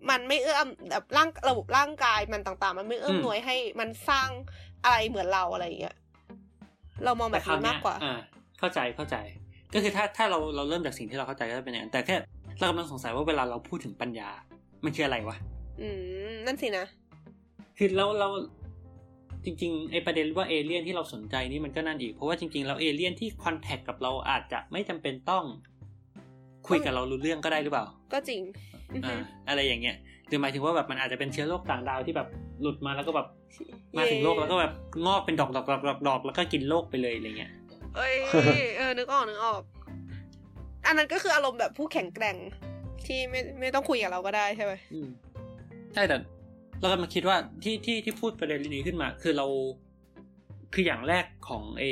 มันไม่เอื้อมแบบร่างระบบร่างกายมันต่างๆ มันไม่เอื้อม อืม หน่วยให้มันสร้างอะไรเหมือนเราอะไรอย่างเงี้ยเรามองแบบนี้ เนี้ มายกกว่า อ่า เข้าใจเข้าใจ ก็คือถ้าถ้าเราเราเริ่มจากสิ่งที่เราเข้าใจก็จะเป็นอย่างนั้นแต่แค่เรากำลังสงสัยว่าเวลาเราพูดถึงปัญญา มันคืออะไรวะ อืมนั่นสินะ คือเราเราจริงๆไอประเด็นว่าเอเลี่ยนที่เราสนใจนี่มันก็นั่นอีก เพราะว่าจริงๆแล้วเอเลี่ยนที่คอนแทคกับเราอาจจะไม่จำเป็นต้องคุยกับเรารู้เรื่องก็ได้หรือเปล่า ก็จริงอือฮึ อ่า อะไรอย่างเงี้ยหรือหมายถึงว่าแบบมันอาจจะเป็นเชื้อโรคต่างดาวที่แบบหลุดมาแล้วก็แบบมาถึงโลกแล้วก็แบบงอกเป็นดอกดอกดอกดอกดอกแล้วก็กินโลกไปเลยอะไรเงี้ย เอ้ยเออนึกออกนึกออก อันนั้นก็คืออารมณ์แบบผู้แข็งแกร่งที่ไม่ไม่ต้องคุยกับเราก็ได้ใช่ไหม อืมใช่แต่เรากำลังคิดว่าที่ที่ที่พูดประเด็นนี้ขึ้นมา คือเราคืออย่างแรกของเอ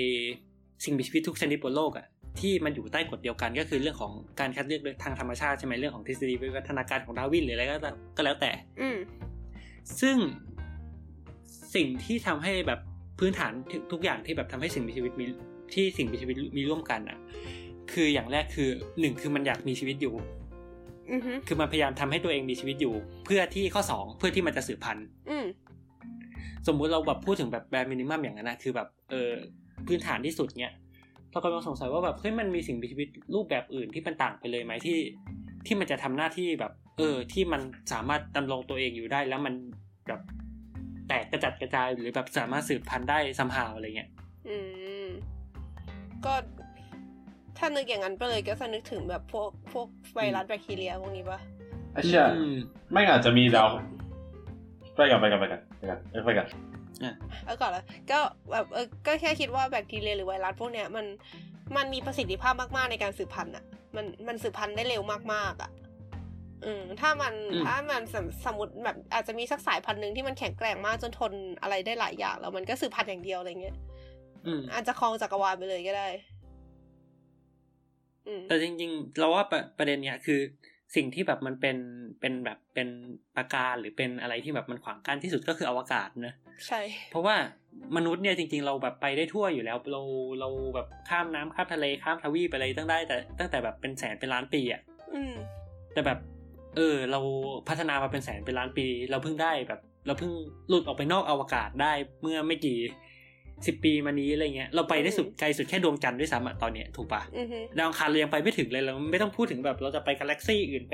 สิ่งมีชีวิตทุกชนิดบนโลกอะที่มันอยู่ใต้กฎเดียวกันก็คือเรื่องของการคัดเลือกโดยทางธรรมชาติใช่ไหมเรื่องของทฤษฎีวิวัฒนาการของดาร์วินหรืออะไรก็แล้วก็แล้วแต่ อืม ซึ่งสิ่งที่ทำให้แบบพื้นฐานทุกอย่างที่แบบทำให้สิ่งมีชีวิตมีที่สิ่งมีชีวิตมีร่วมกันอะคืออย่างแรกคือหนึ่งคือมันอยากมีชีวิตอยู่ อือฮึ คือมันพยายามทำให้ตัวเองมีชีวิตอยู่ เพื่อที่ข้อสองเพื่อที่มันจะสืบพันธุ์ อืม สมมุติเราแบบพูดถึงแบบแบรมินิมัมอย่างนั้นนะคือแบบเออพื้นฐานที่สุดเนี่ยเรากำลังสงสัยว่าแบบเฮ้ยมันมีสิ่งมีชีวิตรูปแบบอื่นที่มันต่างไปเลยไหมที่ ที่มันจะทำหน้าที่แบบ เออ ที่มันสามารถดำรงตัวเองอยู่ได้ แล้วมันแบบแตกกระจัดกระจายหรือแบบสามารถสืบพันธุ์ได้ซัมฮาวอะไรเงี้ย อืม ก็ถ้านึกอย่างนั้นไปเลยก็จะนึกถึงแบบพวกพวกไวรัสแบคทีเรียพวกนี้ปะ ไอ้เชี่ย อืม ไม่งอาจจะมีดาวไปกันไปกันไปกันไปกันไปกัน เอาก่อนละก็แบบเออก็แค่คิดว่าแบคทีเรียหรือไวรัสพวกเนี้ยมันมันมีประสิทธิภาพมากๆในการสืบพันธุ์อ่ะ มันมันสืบพันธุ์ได้เร็วมากๆอ่ะ อืม ถ้ามัน อืม ถ้ามันสมสมมติแบบอาจจะมีสักสายพันธุ์หนึ่งที่มันแข็งแกร่งมากจนทนอะไรได้หลายอย่างแล้วมันก็สืบพันธุ์อย่างเดียวอะไรเงี้ย อืม อาจจะครองจักรวาลไปเลยก็ได้ อืม แต่จริงๆ เราว่าประประเด็นเนี้ยคือสิ่งที่แบบมันเป็นเป็นแบบเป็นประการหรือเป็นอะไรที่แบบมันขวางกั้นที่สุดก็คืออวกาศนะ ใช่ เพราะว่ามนุษย์เนี่ยจริงๆ เราแบบไปได้ทั่วอยู่แล้ว เราเราแบบข้ามน้ำข้ามทะเลข้ามทวีปไปอะไรตั้งได้แต่ตั้งแต่แบบเป็นแสนเป็นล้านปีอะ อืม แต่แบบ เออ เราพัฒนามาเป็นแสนเป็นล้านปี เราเพิ่งได้แบบ เราเพิ่งหลุดออกไปนอกอวกาศได้เมื่อไม่กี่สิบปีมานี้อะไรเงี้ยเราไปได้สุดไกลสุดแค่ดวงจันทร์ด้วยซ้ำอะตอนเนี้ยถูกปะ อือฮึ ดาวอังคารเรายังไปไม่ถึงเลยเราไม่ต้องพูดถึงแบบเราจะไปกาแล็กซี่อื่นไ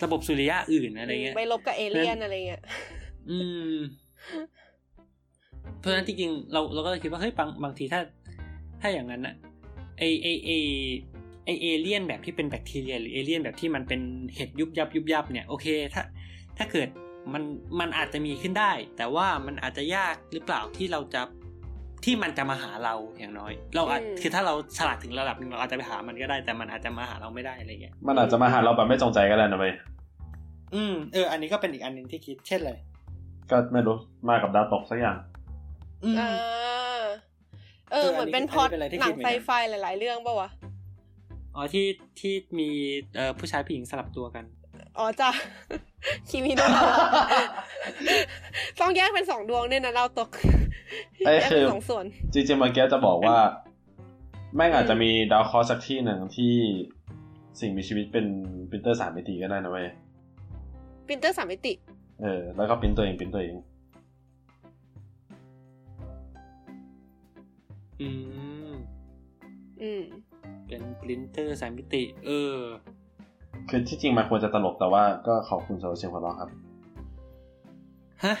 ประบบสุริยะอื่นอะไรเงี้ย ไปลบกับเอเลี่ยน เพราะฉะนั้น อะไรเงี้ย อืม เพราะฉะนั้นจริงๆเราเราก็เลยคิดว่าเฮ้ยบางบางทีถ้า ถ้าอย่างนั้นอะไอไอไอไอเอเลี่ยนแบบที่เป็นแบคทีเรีย หรือเอเลี่ยนแบบที่มันเป็นเห็ดยุบยับยุบยับเนี่ยโอเค ถ้า ถ้าเกิด มันมันอาจจะมีขึ้นได้ แต่ว่ามันอาจจะยากหรือเปล่าที่เราจะที่มันจะมาหาเราอย่างน้อย เราอาจ อืม คือถ้าเราฉลาดถึงระดับหนึงเราอาจจะไปหามันก็ได้ แต่มันอาจจะมาหาเราไม่ได้อะไรเงี้ย มันอาจจะมาหาเราแบบไม่จงใจก็ได้นะเว้ย อืมเอออันนี้ก็เป็นอีกอันหนึ่งที่คิดเช่นเลย ก็ไม่รู้มากับดาวตกสักอย่าง อืม อ่าเออ เออ เหมือน อั เป็นน นี้ พล็อด อันนี้เป็นอะไรที่ หนั คิ ง ดเหมื ไซ อนกัน ไฟหลาย ๆ เรื่องปะวะ อ๋อที่ที่มีเอ่อผู้ชายผู้หญิงสลับตัวกัน อ๋อจ้ะ คิมิโนะต้องแยกเป็นสองดวงเนี่ยนะเราตก เอ้ย แยก คื เป็ อ นสองส่วน จริงๆเมื่อกี้จะบอกว่า แม่งอาจจะมีดาวเคราะห์สักที่หนึ่งที่สิ่งมีชีวิตเป็นปรินเตอร์สามมิติก็ได้นะเว้ย ปรินเตอร์สามมิติ เออแล้วก็ปรินตัวเองปรินตัวเอง อืม อืม เป็นปรินเตอร์สามมิติ เออ คือที่จริงมันควรจะตลกแต่ว่าก็ขอบคุณสำหรับเสียงหัวเราะครับ ฮะ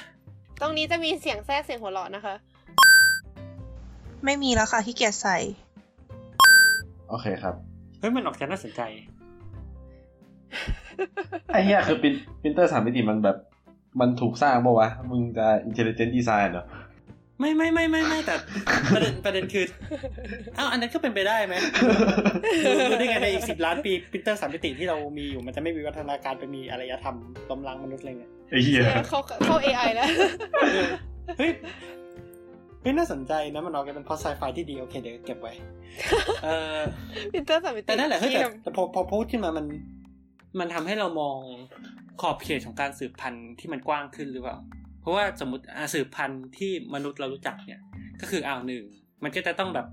ตรงนี้จะมีเสียงแทรกเสียงหัวเราะนะคะ ไม่มีแล้วค่ะที่เกียจใส่ โอเคครับ เฮ้ยมันออกจะน่าสนใจ ไอ้เหี้ยคือปรินปรินเตอร์สามมิติมันแบบมันถูกสร้างปะวะ มึงจะ intelligent design เหรอ ไม่ไม่ไม่ไม่ไม่แต่ ประเด็นประเด็นคือ อ้าวอันนั้นก็เป็นไปได้ไหมดูดูได้ไงในอีกสิบล้านปีปรินเตอร์สามมิติที่เรามีอยู่มันจะไม่มีวัฒนาการไปมีอารยธรรมล้มล้างมนุษย์อะไรเงี้ย ไอ้เหี้ย เข้าเข้า AI แล้ว เออเฮ้ยเฮ้ยน่าสนใจนะมันออกจะเป็นพอสไซไฟที่ดี โอเคเดี๋ยวเก็บไว้ เออ ปรินเตอร์สามมิติ แต่นั่นแหละเฮ้ยแต่ ที่ท แต่พอพอพูดขึ้นมามัน มันทำให้เรามองขอบเขตของการสืบพันธุ์ที่มันกว้างขึ้นหรือเปล่า เพราะว่าสมมติอาสืบพันธุ์ที่มนุษย์เรารู้จักเนี่ย ก็คืออ้าวหนึ่ง มันก็จะต้องแบบ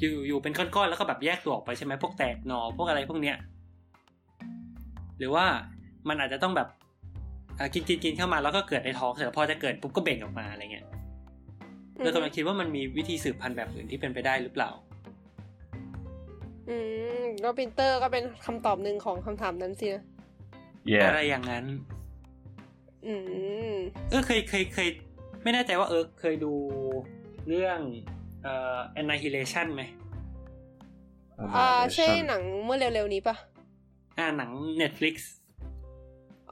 อยู่อยู่เป็นก้อนๆแล้วก็แบบแยกตัวออกไปใช่ไหมพวกแตกหนอพวกอะไรพวกเนี้ย หรือว่ามันอาจจะต้องแบบอ่ะกินกินกินเข้ามาแล้วก็เกิดในท้องเสร็จแล้วพอจะเกิดปุ๊บก็เบ่งออกมาอะไรเงี้ย ำ เรากำลังคิดว่ามันมีวิธีสืบพันธุ์แบบอื่นที่เป็นไปได้หรือเปล่า อืมแล้วปรินเตอร์ก็เป็นคำตอบหนึ่งของคำถามนั้นสินะ เหี้ย อะไรอย่างนั้น อืม เออเคยเคยเคย ไม่แน่ใจว่าเออเคยดูเรื่องเอ่อ annihilation ไหม อ่า ใช่หนังเมื่อเร็วๆนี้ปะ อ่าหนัง Netflix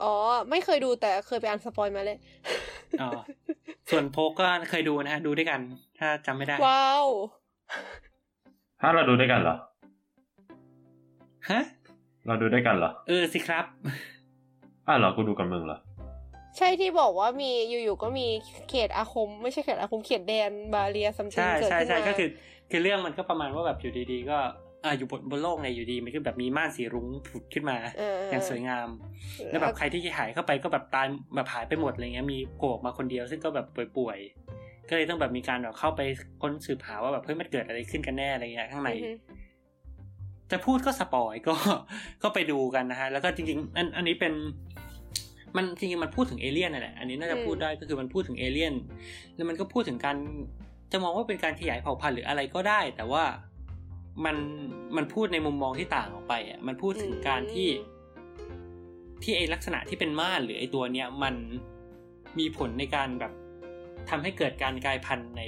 อ๋อ ไม่เคยดูแต่เคยไปอ่านสปอยล์มาเลย อ๋อส่วนโพกก็เคยดูนะฮะ ดูด้วยกัน ถ้าจำไม่ได้ ว้าว ถ้าเราดูด้วยกันเหรอ ฮะ เราดูด้วยกันเหรอ เออสิครับ อ้าวเหรอ กูดูกับมึงเหรอ ใช่ที่บอกว่ามีอยู่ๆก็มีเขตอาคม ไม่ใช่เขตอาคมเขตแดนบาเรียซัมติง ใช่ เกิด ใช่ ขึ้น ใช่ มา ก็คือคือเรื่องมันก็ประมาณว่าแบบอยู่ดีๆ ก็อ่าอยู่บนบนโลกเนี่ยอยู่ดีมันก็แบบมีม่านสีรุ้งผุดขึ้นมา เ อย่างสวยงาม แล้วแบบใครที่หายเข้าไปก็แบบตายแบบหายไปหมดอะไรเงี้ยมีโผล่ออกมาคนเดียวซึ่งก็แบบป่วยๆ ก็เลยต้องแบบมีการแบบเข้าไปค้นสืบหาว่าแบบเฮ้ยมันเกิดอะไรขึ้นกันแน่อะไรเงี้ยข้างใน อือฮึ จะพูดก็สปอยก็ ก็ไปดูกันนะฮะ แล้วก็จริงๆ อันอันนี้เป็น มันจริงๆมันพูดถึงเอเลี่ยนนั่นแหละอันนี้น่าจะ อืม พูดได้ก็คือมันพูดถึงเอเลี่ยน แล้วมันก็พูดถึงการจะมองว่าเป็นการขยายเผ่าพันธุ์หรืออะไรก็ได้ แต่ว่ามันมันพูดในมุมมองที่ต่างออกไปอ่ะมันพูดถึงการที่ ที่ไอลักษณะที่เป็นม่านหรือไอตัวเนี้ยมันมีผลในการแบบทำให้เกิดการกลายพันธุ์ใน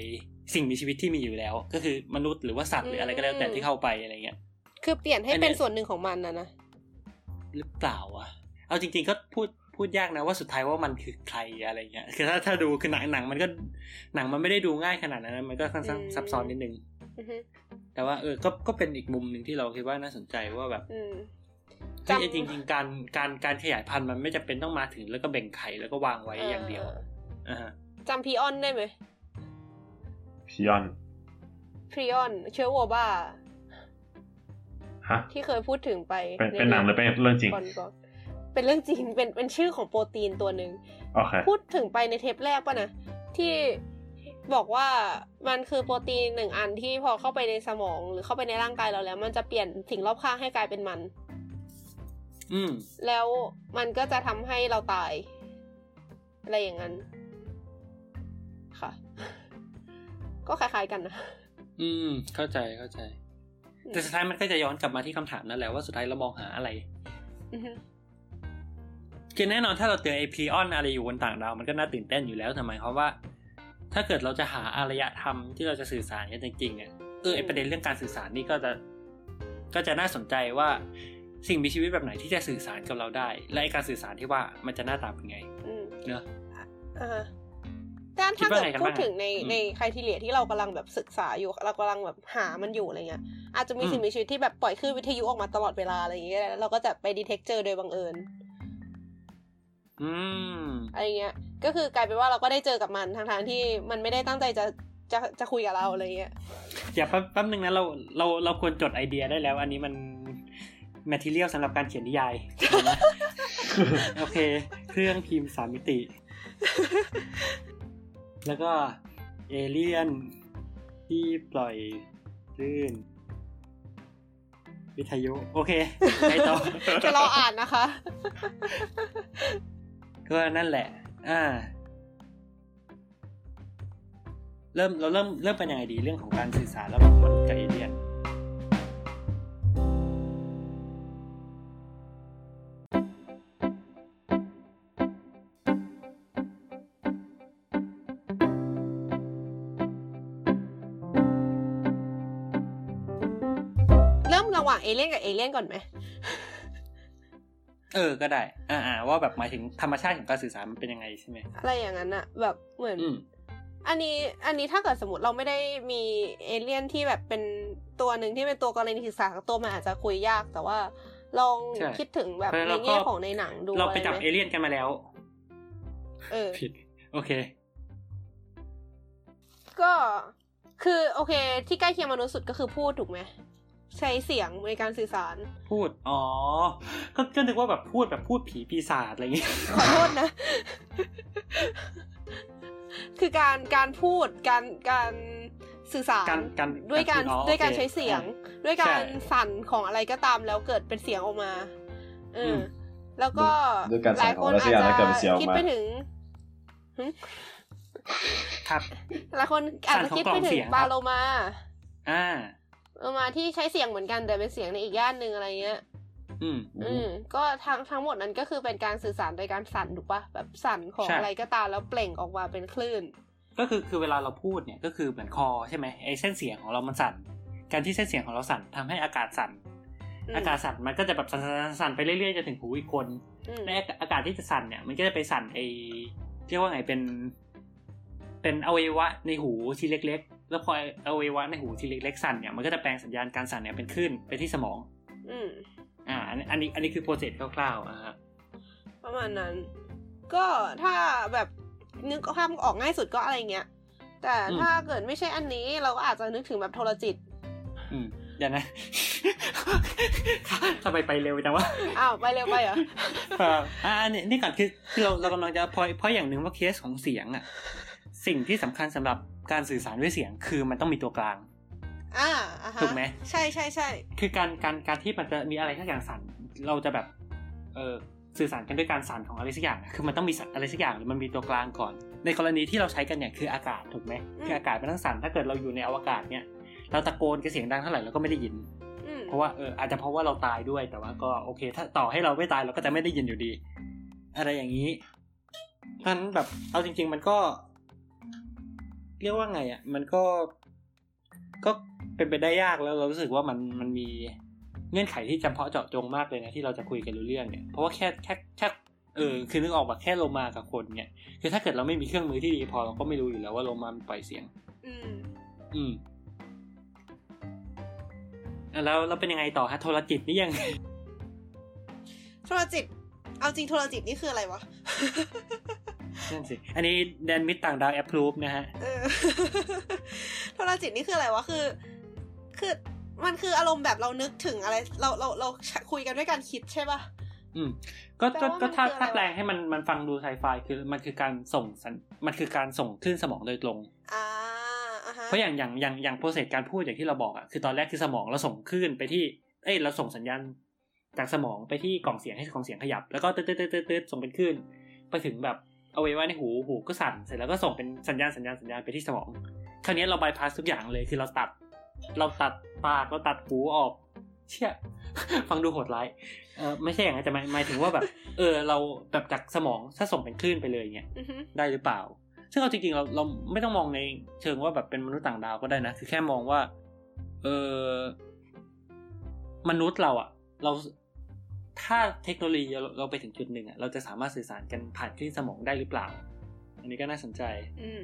สิ่งมีชีวิตที่มีอยู่แล้ว ก็คือมนุษย์หรือว่าสัตว์หรืออะไรก็แล้วแต่ที่เข้าไปอะไรเงี้ย คือเปลี่ยนให้ อันเนี้ย เป็นส่วนหนึ่งของมันนะนะ หรือเปล่าวะ เอาจริง ๆ ก็พูดพูดยากนะว่าสุดท้ายว่ามันคือใครอะไรเงี้ย คือถ้าถ้าดูคือหนังหนังมันก็หนังมันไม่ได้ดูง่ายขนาดนั้นนะมันก็ค่อนข้าง อืม ซับซ้อนนิดนึง อือฮึ แต่ว่าเออ ก็ก็เป็นอีกมุมหนึ่งที่เราคิดว่าน่าสนใจว่าแบบ อืม เฮ้ย จำ ไอ้จริง ๆ การการการขยายพันธุ์มันไม่จำเป็นต้องมาถึงแล้วก็แบ่งไข่แล้วก็วางไว้อย่างเดียวอะอ่าฮะ จำพีออนได้ไหม พิยอน พีออนเชื้อวัวบ้า ฮะ ที่เคยพูดถึงไป เป็นเป็นหนังหรือเป็นเรื่องจริง ก่อนก่อนเป็นเรื่องจริงเป็นเป็นชื่อของโปรตีนตัวหนึ่ง โอเค พูดถึงไปในเทปแรกป่ะนะ ที่บอกว่ามันคือโปรตีนหนึ่งอันที่พอเข้าไปในสมองหรือเข้าไปในร่างกายเราแล้ว มันจะเปลี่ยนสิ่งรอบข้างให้กลายเป็นมัน อืม แล้วมันก็จะทำให้เราตาย อะไรอย่างนั้น ค่ะ ก็คล้ายๆกันนะ อืม เข้าใจเข้าใจ แต่สุดท้ายมันก็จะย้อนกลับมาที่คำถามนั่นแหละว่าสุดท้ายเรามองหาอะไร อือฮึ คือแน่นอนถ้าเราเจอไอพีออนอะไรอยู่บนต่างดาวมันก็น่าตื่นเต้นอยู่แล้วทำไมเพราะว่า ถ้าเกิดเราจะหาอารยธรรมที่เราจะสื่อสารกันจริงๆอ่ะเออไอประเด็นเรื่องการสื่อสารนี่ก็จะ ก็จะน่าสนใจว่า สิ่งมีชีวิตแบบไหนที่จะสื่อสารกับเราได้ และไอ้การสื่อสารที่ว่ามันจะหน้าตาเป็นไง อืม เนอะ เออ ด้าน คิด ถ้า ว่า เกิด ไงกัน พู บ้าง ดถึงใน อืม ในใครทีเลียที่เรากำลังแบบศึกษาอยู่ เรากำลังแบบหามันอยู่อะไรเงี้ย อาจจะมี อืม สิ่งมีชีวิตที่แบบปล่อยคลื่นวิทยุออกมาตลอดเวลาอะไรอย่างเงี้ยแล้วเราก็จะไปดีเทคเจอโดยบังเอิญ อืม อะไรเงี้ย ก็คือกลายเป็นว่าเราก็ได้เจอกับมันทั้งทางๆที่มันไม่ได้ตั้งใจจะจะจะคุยกับเราอะไรเงี้ย อย่าแป๊บแป๊บนึงนะเราเราเราควรจดไอเดียได้แล้ว อันนี้มันแมทเทียลสำหรับการเขียนนิยาย นะโอเค เครื่องพิมพ์สามมิติ แล้วก็เอเลี่ยนที่ปล่อยคลื่น วิทยุ โอเคไปต่อ จะรออ่านนะคะ ก็นั่นแหละ อ่า เริ่มเราเริ่มเริ่มเป็นยังไงดีเรื่องของการสื่อสารระหว่างคนกับเอเลี่ยน เริ่มระหว่างเอเลี่ยนกับเอเลี่ยนก่อนไหม เออ ก็ได้ อ่าอ่าว่าแบบหมายถึงธรรมชาติของการสื่อสารมันเป็นยังไงใช่ไหม อะไรอย่างนั้นอะแบบเหมือน อืม อันนี้อันนี้ถ้าเกิดสมมติเราไม่ได้มีเอเลี่ยนที่แบบเป็นตัวหนึ่งที่เป็นตัวกรณีศึกษาของตัวมันอาจจะคุยยาก แต่ว่าลอง ใช่ คิดถึงแบบ เพราะฉะ ใน เราก็ แง่ของในหนังดู เราไปจับ อะ เอ รหม เลี่ยนกันมาแล้ว เออ ผิด โอเค ก็คือโอเค ที่ใกล้เคียงมนุษย์สุดก็คือพูดถูกไหมใช้เสียงในการสื่อสาร พูด อ๋อ ก็ก็นึกว่าแบบพูดแบบพูดผีปีศาจอะไรอย่างงี้ ขอโทษนะ คือการการพูดการการสื่อสาร การการ ด้วยการ พูอ๋อ ด้วยการ โอค ใช้เสียง ด้วยการสั่นของอะไรก็ตามแล้วเกิดเป็นเสียงออกมาเออ ม อแล้วก็ ด้วยการสั่นของอะไรสักอย่างแล้วเกิดเป็นเสียงออกมา คิดไปถึง ครับ หลายคนอาจจะคิดไป สั่นของกล่อง ถึ เสี ง ยงครับ ปลาโลมา อ่า โลมาที่ใช้เสียงเหมือนกันแต่เป็นเสียงในอีกย่านหนึ่งอะไรเงี้ย อืม อืมก็ทั้งทั้งหมดนั้นก็คือเป็นการสื่อสารโดยการสั่นถูกปะแบบสั่นของ ใช่ อะไรก็ตามแล้วเปล่งออกมาเป็นคลื่น ก็คือคือเวลาเราพูดเนี่ยก็คือเหมือนคอใช่ไหมไอ้เส้นเสียงของเรามันสั่น การที่เส้นเสียงของเราสั่นทำให้อากาศสั่น อืม อากาศสั่นมันก็จะแบบสั่นสั่นสั่นไปเรื่อยๆจนถึงหูอีกคน อืม และอากาอากาศที่จะสั่นเนี่ย มันก็จะไปสั่นไอ้เรียกว่าไงเป็น เป็นอวัยวะในหูชิ้นเล็ก ๆ แล้วพออวัยวะในหูชิ้นเล็กๆสั่นเนี่ยมันก็จะแปลงสัญญาณการสั่นเนี่ยเป็นคลื่นไปที่สมอง อืม อ่าอันนี้อันนี้อันนี้คือโปรเซสคร่าวๆอ่าฮะ ประมาณนั้น ก็ถ้าแบบนึกภาพออกง่ายสุดก็อะไรเงี้ย แต่ถ้าเกิดไม่ใช่อันนี้เราก็อาจจะนึกถึงแบบโทรจิต อืมเดี๋ยวนะ ทำไมไปเร็วจังวะ อ้าว ไปเร็วไปเหรอ เอ่ออ่าอันนี้นี่ก่อนคือคือเราเรากำลังจะพอยเพราะอย่างหนึ่งว่าเคสของเสียงอะสิ่งที่สำคัญสำหรับการสื่อสารด้วยเสียงคือมันต้องมีตัวกลาง อ่าอ่าฮะ ถูกไหม ใช่ใช่ใช่ คือการการการที่มันจะมีอะไรสักอย่างสั่นเราจะแบบเออสื่อสารกันด้วยการสั่นของอะไรสักอย่างอะคือมันต้องมีสักอะไรสักอย่างหรือมันมีตัวกลางก่อน ในกรณีที่เราใช้กันเนี่ยคืออากาศถูกไหมคืออากาศมันต้องสั่นถ้าเกิดเราอยู่ในอวกาศเนี่ยเราตะโกนกับเสียงดังเท่าไหร่เราก็ไม่ได้ยิน อืม เพราะว่าเอออาจจะเพราะว่าเราตายด้วยแต่ว่าก็โอเค ถ้าต่อให้เราไม่ตายเราก็จะไม่ได้ยินอยู่ดี อะไรอย่างนี้ทันแบบเอาจริง ๆ มันก็ เรียกว่าไงอะ่ะ มันก็ก็เป็นไปได้ยากแล้วเรารู้สึกว่ามันมันมีเงื่อนไขที่จำเพาะเจาะจงมากเลยนะที่เราจะคุยกันรู้เรื่องเนี่ยเพราะว่าแค่แค่แค่เออคือนึกออกแบบแค่โลมากับคนเนี่ยคือถ้าเกิดเราไม่มีเครื่องมือที่ดีพอเราก็ไม่รู้อยู่แล้วว่าโลมามันปล่อยเสียง อืม อืมอ่ะแล้วเราเป็นยังไงต่อฮะโทรจิตนี่ยัง โทรจิต เอาจริงโทรจิตนี่คืออะไรว ะ นั่นสิ อันนี้แดนมิตรต่างดาวแอปพรูฟนะฮะ เอ อ โทรจิตนี่คืออะไรวะ คือ คือ มันคืออารมณ์แบบเรานึกถึงอะไร เราเราเราคุยกันด้วยการคิดใช่ปะ อืม ก็ก็ แปลว่ามัน ก็ถ้า คืออะไร ถ้าแปลงให้มันมันฟังดูไซไฟคือมันคือการส่งสัญมันคือการส่งคลื่นสมองโดยตรง อ่าอ่าฮะ เพราะอย่างอย่างอย่างอย่างโปรเซสการพูดอย่างที่เราบอกอะคือตอนแรกคือสมองเราส่งคลื่นไปที่ เอ้ยเราส่งสัญญาณจากสมองไปที่กล่องเสียงให้กล่องเสียงขยับ แล้วก็ตืดตืดตืดตืดตืดส่งเป็นคลื่นไปถึงแบบเอาไว้ไว้ในหูหูก็สั่นเสร็จแล้วก็ส่งเป็นสัญญาณสัญญาณสัญญาณไปที่สมอง คราวนี้เราบายพาสทุกอย่างเลยคือเราตัด เราตัดปากเราตัดหูออก เชี่ย ฟังดูโหดร้ายเออไม่ใช่อย่างนั้นแต่หมายหมายถึงว่าแบบ เออเราแบบจากสมองถ้าส่งเป็นคลื่นไปเลยเนี่ย อือฮึ ได้หรือเปล่า ซึ่งเอาจริงๆเราเราไม่ต้องมองในเชิงว่าแบบเป็นมนุษย์ต่างดาวก็ได้นะ คือแค่มองว่า เออมนุษย์เราอะเรา ถ้าเทคโนโลยีเราเราไปถึงจุดหนึ่งอะเราจะสามารถสื่อสารกันผ่านคลื่นสมองได้หรือเปล่า อันนี้ก็น่าสนใจ อืม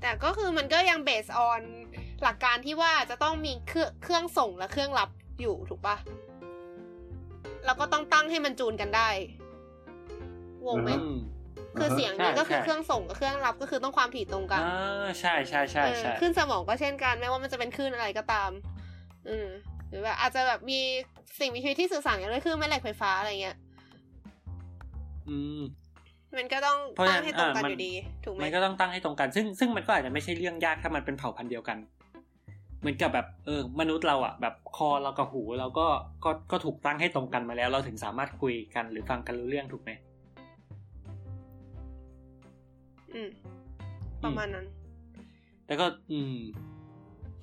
แต่ก็คือมันก็ยังเบสออนหลักการที่ว่าจะต้องมีเครื่องเครื่องส่งและเครื่องรับอยู่ถูกปะแล้วก็ต้องตั้งให้มันจูนกันได้งงไหม อืม คือเสียงนี้ก็คือ ใช่ใช่ เครื่องส่งกับเครื่องรับก็คือต้องความถี่ตรงกัน อ่าใช่ใช่ใช่ เออ ใช่ ขึ้นสมองก็เช่นกันไม่ว่ามันจะเป็นคลื่นอะไรก็ตาม อืมหรือแบบอาจจะแบบมีสิ่งมีชีวิตที่สื่อสารกันด้วยคลื่นแม่เหล็กไฟฟ้าอะไรเงี้ย อืม มันก็ต้อง เพราะฉะ ตั้ นั้ ง น ให้ตรงกัน อ่ะมัน อยู่ดี ถูกไหม มันก็ต้องตั้งให้ตรงกัน ซึ่งซึ่งมันก็อาจจะไม่ใช่เรื่องยากถ้ามันเป็นเผ่าพันธุ์เดียวกัน เหมือนกับแบบเออมนุษย์เราอะแบบคอเรากับหูเราก็ก็ก็ถูกตั้งให้ตรงกันมาแล้ว เราถึงสามารถคุยกันหรือฟังกันรู้เรื่องถูกไหม อืม ประมาณนั้น แล้วก็อืม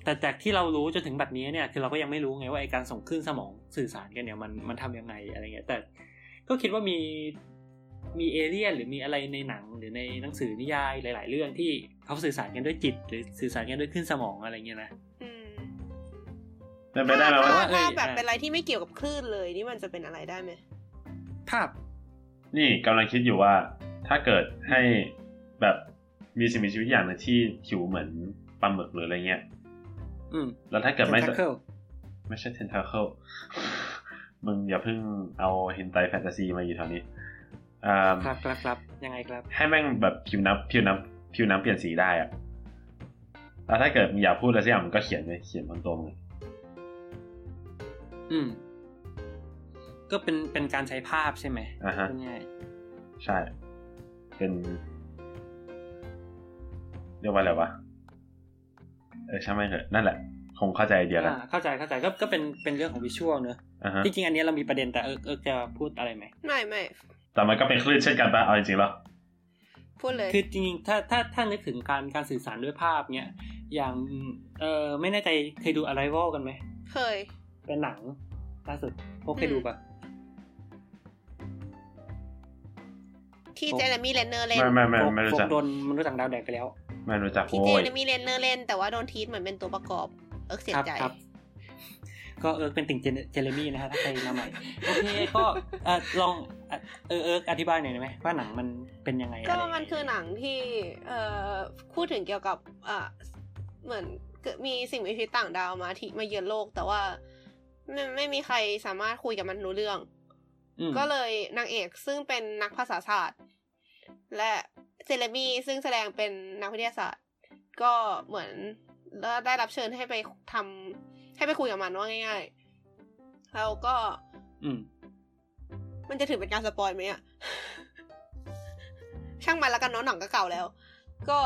แต่จากที่เรารู้จนถึงบัดนี้เนี่ย คือเราก็ยังไม่รู้ไงว่าไอการส่งคลื่นสมองสื่อสารกันเนี่ยมันมันทำยังไงอะไรเงี้ยแต่ก็คิดว่ามีมีเอเลี่ยนหรือมีอะไรในหนังหรือในหนังสือนิยายหลาย ๆ เรื่องที่เขาสื่อสารกันด้วยจิต หรือสื่อสารกันด้วยคลื่นสมองอะไรเงี้ยนะ อืม เป็นไปได้ไหม ถ้า ว่า ถ้าถ้าแบบ เอ้ย เป็นอะไรที่ไม่เกี่ยวกับคลื่นเลยนี่มันจะเป็นอะไรได้ไหม ภาพ นี่กำลังคิดอยู่ว่าถ้าเกิดให้แบบมีสิ่งมีชีวิตอย่างหนึ่งที่ผิวเหมือนปลาหมึกหรืออะไรเงี้ย อืม แล้วถ้าเกิดไม่ Tentacle ไม่ใช่เทนทาเคิล มึงอย่าเพิ่งเอาเฮนไตแฟนตาซีมาอยู่แถวนี้อ่า ครับครับครับยังไงครับ ให้แม่งแบบผิวน้ำผิวน้ำผิวน้ำเปลี่ยนสีได้อะแล้วถ้าเกิดมึงอยากพูดอะไรสักอย่างมึงก็เขียนเลยเขียนบนตัวมึง อืม ก็เป็นเป็นการใช้ภาพใช่ไหม อ่ะฮะ เป็นไง ใช่ เป็น เรียกว่าอะไรวะ เออช่างไม่งเถอะนั่นแหละ คงเข้าใจไอเดียแล้ว อ่าเข้าใจเข้าใจก็ก็เป็นเป็นเรื่องของวิชวลเนอะ อ่าฮะ ที่จริงอันเนี้ยเรามีประเด็นแต่เออเออจะพูดอะไรไหม ไม่ไม่ แต่มันก็เป็นคลื่นเช่นกันปะเอาจริงๆแล้ว พูดเลย คือจริงๆ ถ้าถ้าถ้านึกถึงการการสื่อสารด้วยภาพเนี่ย อย่างเออไม่แน่ใจเคยดู Arrival กันไหม เคย เป็นหนังล่าสุดพวกเคยดูปะ ที่ ผม เจเรมี่เรนเนอร์เล่น ไม่ไม่ไม่ พวก ไม่รู้ พว จั ก ก โดนมนุษย์ต่างดาวแดกไปแล้ว ไม่รู้จัก ที่ โว้ เจ ย เรมี่เรนเนอร์เล่น แต่ว่าโดนทีทเหมือนเป็นตัวประกอบ เอิกเสีย ครับ ใจ ครับ ก็เอิร์กเป็นติ่งเจเนเจเรมี่นะฮะถ้าใครมาใหม่ โอเคก็เอ่อลองเออเอิร์กอธิบายหน่อยได้ไหมว่าหนังมันเป็นยังไง ก็ อะไรยังไง มันคือหนังที่เอ่อพูดถึงเกี่ยวกับเอ่อเหมือนเกิดมีสิ่งมีชีวิตต่างดาวมาที่มาเยือนโลก แต่ว่าไม่ไม่มีใครสามารถคุยกับมันรู้เรื่อง ม ก็เลยนางเอกซึ่งเป็นนักภาษาศาสตร์ และเซเลมีซึ่งแสดงเป็นนักวิทยาศาสตร์ ก็เหมือนได้รับเชิญให้ไปทำให้ไปคุยกับมันว่าง่ายๆแล้วก็ อืม มันจะถือเป็นการสปอยไหมอะ ช่างมันแล้วกันเนาะหนังก็เก่าแล้ว ก็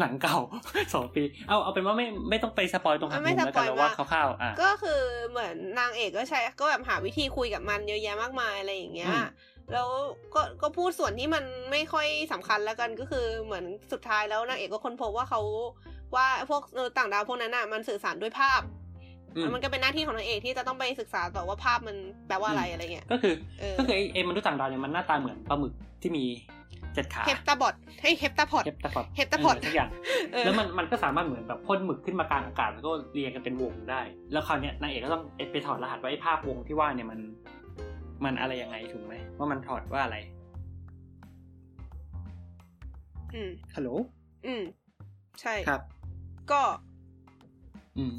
หนังเก่า สองปี เอาเอาเป็นว่าไม่ไม่ต้องไปสปอยตรงหักมุมแล้วกันเราว่าคร่าวๆอ่ะ ก็คือเหมือนนางเอกก็ใช้ก็แบบหาวิธีคุยกับมันเยอะแยะมากมายอะไรอย่างเงี้ย อืม แล้วก็ก็พูดส่วนที่มันไม่ค่อยสำคัญแล้วกันก็คือเหมือนสุดท้ายแล้วนางเอกก็ค้นพบว่าเขาว่าพวกมนุษย์ต่างดาวพวกนั้นอ่ะมันสื่อสารด้วยภาพ อืม มันก็เป็นหน้าที่ของนางเอกที่จะต้องไปศึกษาต่อว่าภาพมันแปลว่าอะไรอะไรเงี้ย ก็คือ เออ ก็คือไอ้ไอ้มนุษย์ต่างดาวเนี่ยมันหน้าตาเหมือนปลาหมึกที่มีเจ็ดขา เฮปตาบอดให้เฮปตาพอด เฮปตาพอด เฮปตาพอด ทุกอย่าง เออ แล้วมันมันก็สามารถเหมือนแบบพ่นหมึกขึ้นมากลางอากาศแล้วก็เรียงกันเป็นวงได้ แล้วคราวเนี้ยนางเอกก็ต้องเอ็ดไปถอดรหัสว่าไอ้ภาพวงที่ว่าเนี่ยมัน มันอะไรยังไงถูกไหมว่ามันถอดว่าอะไร อืม ฮัลโหล อืม ใช่ ครับ ก็ อืม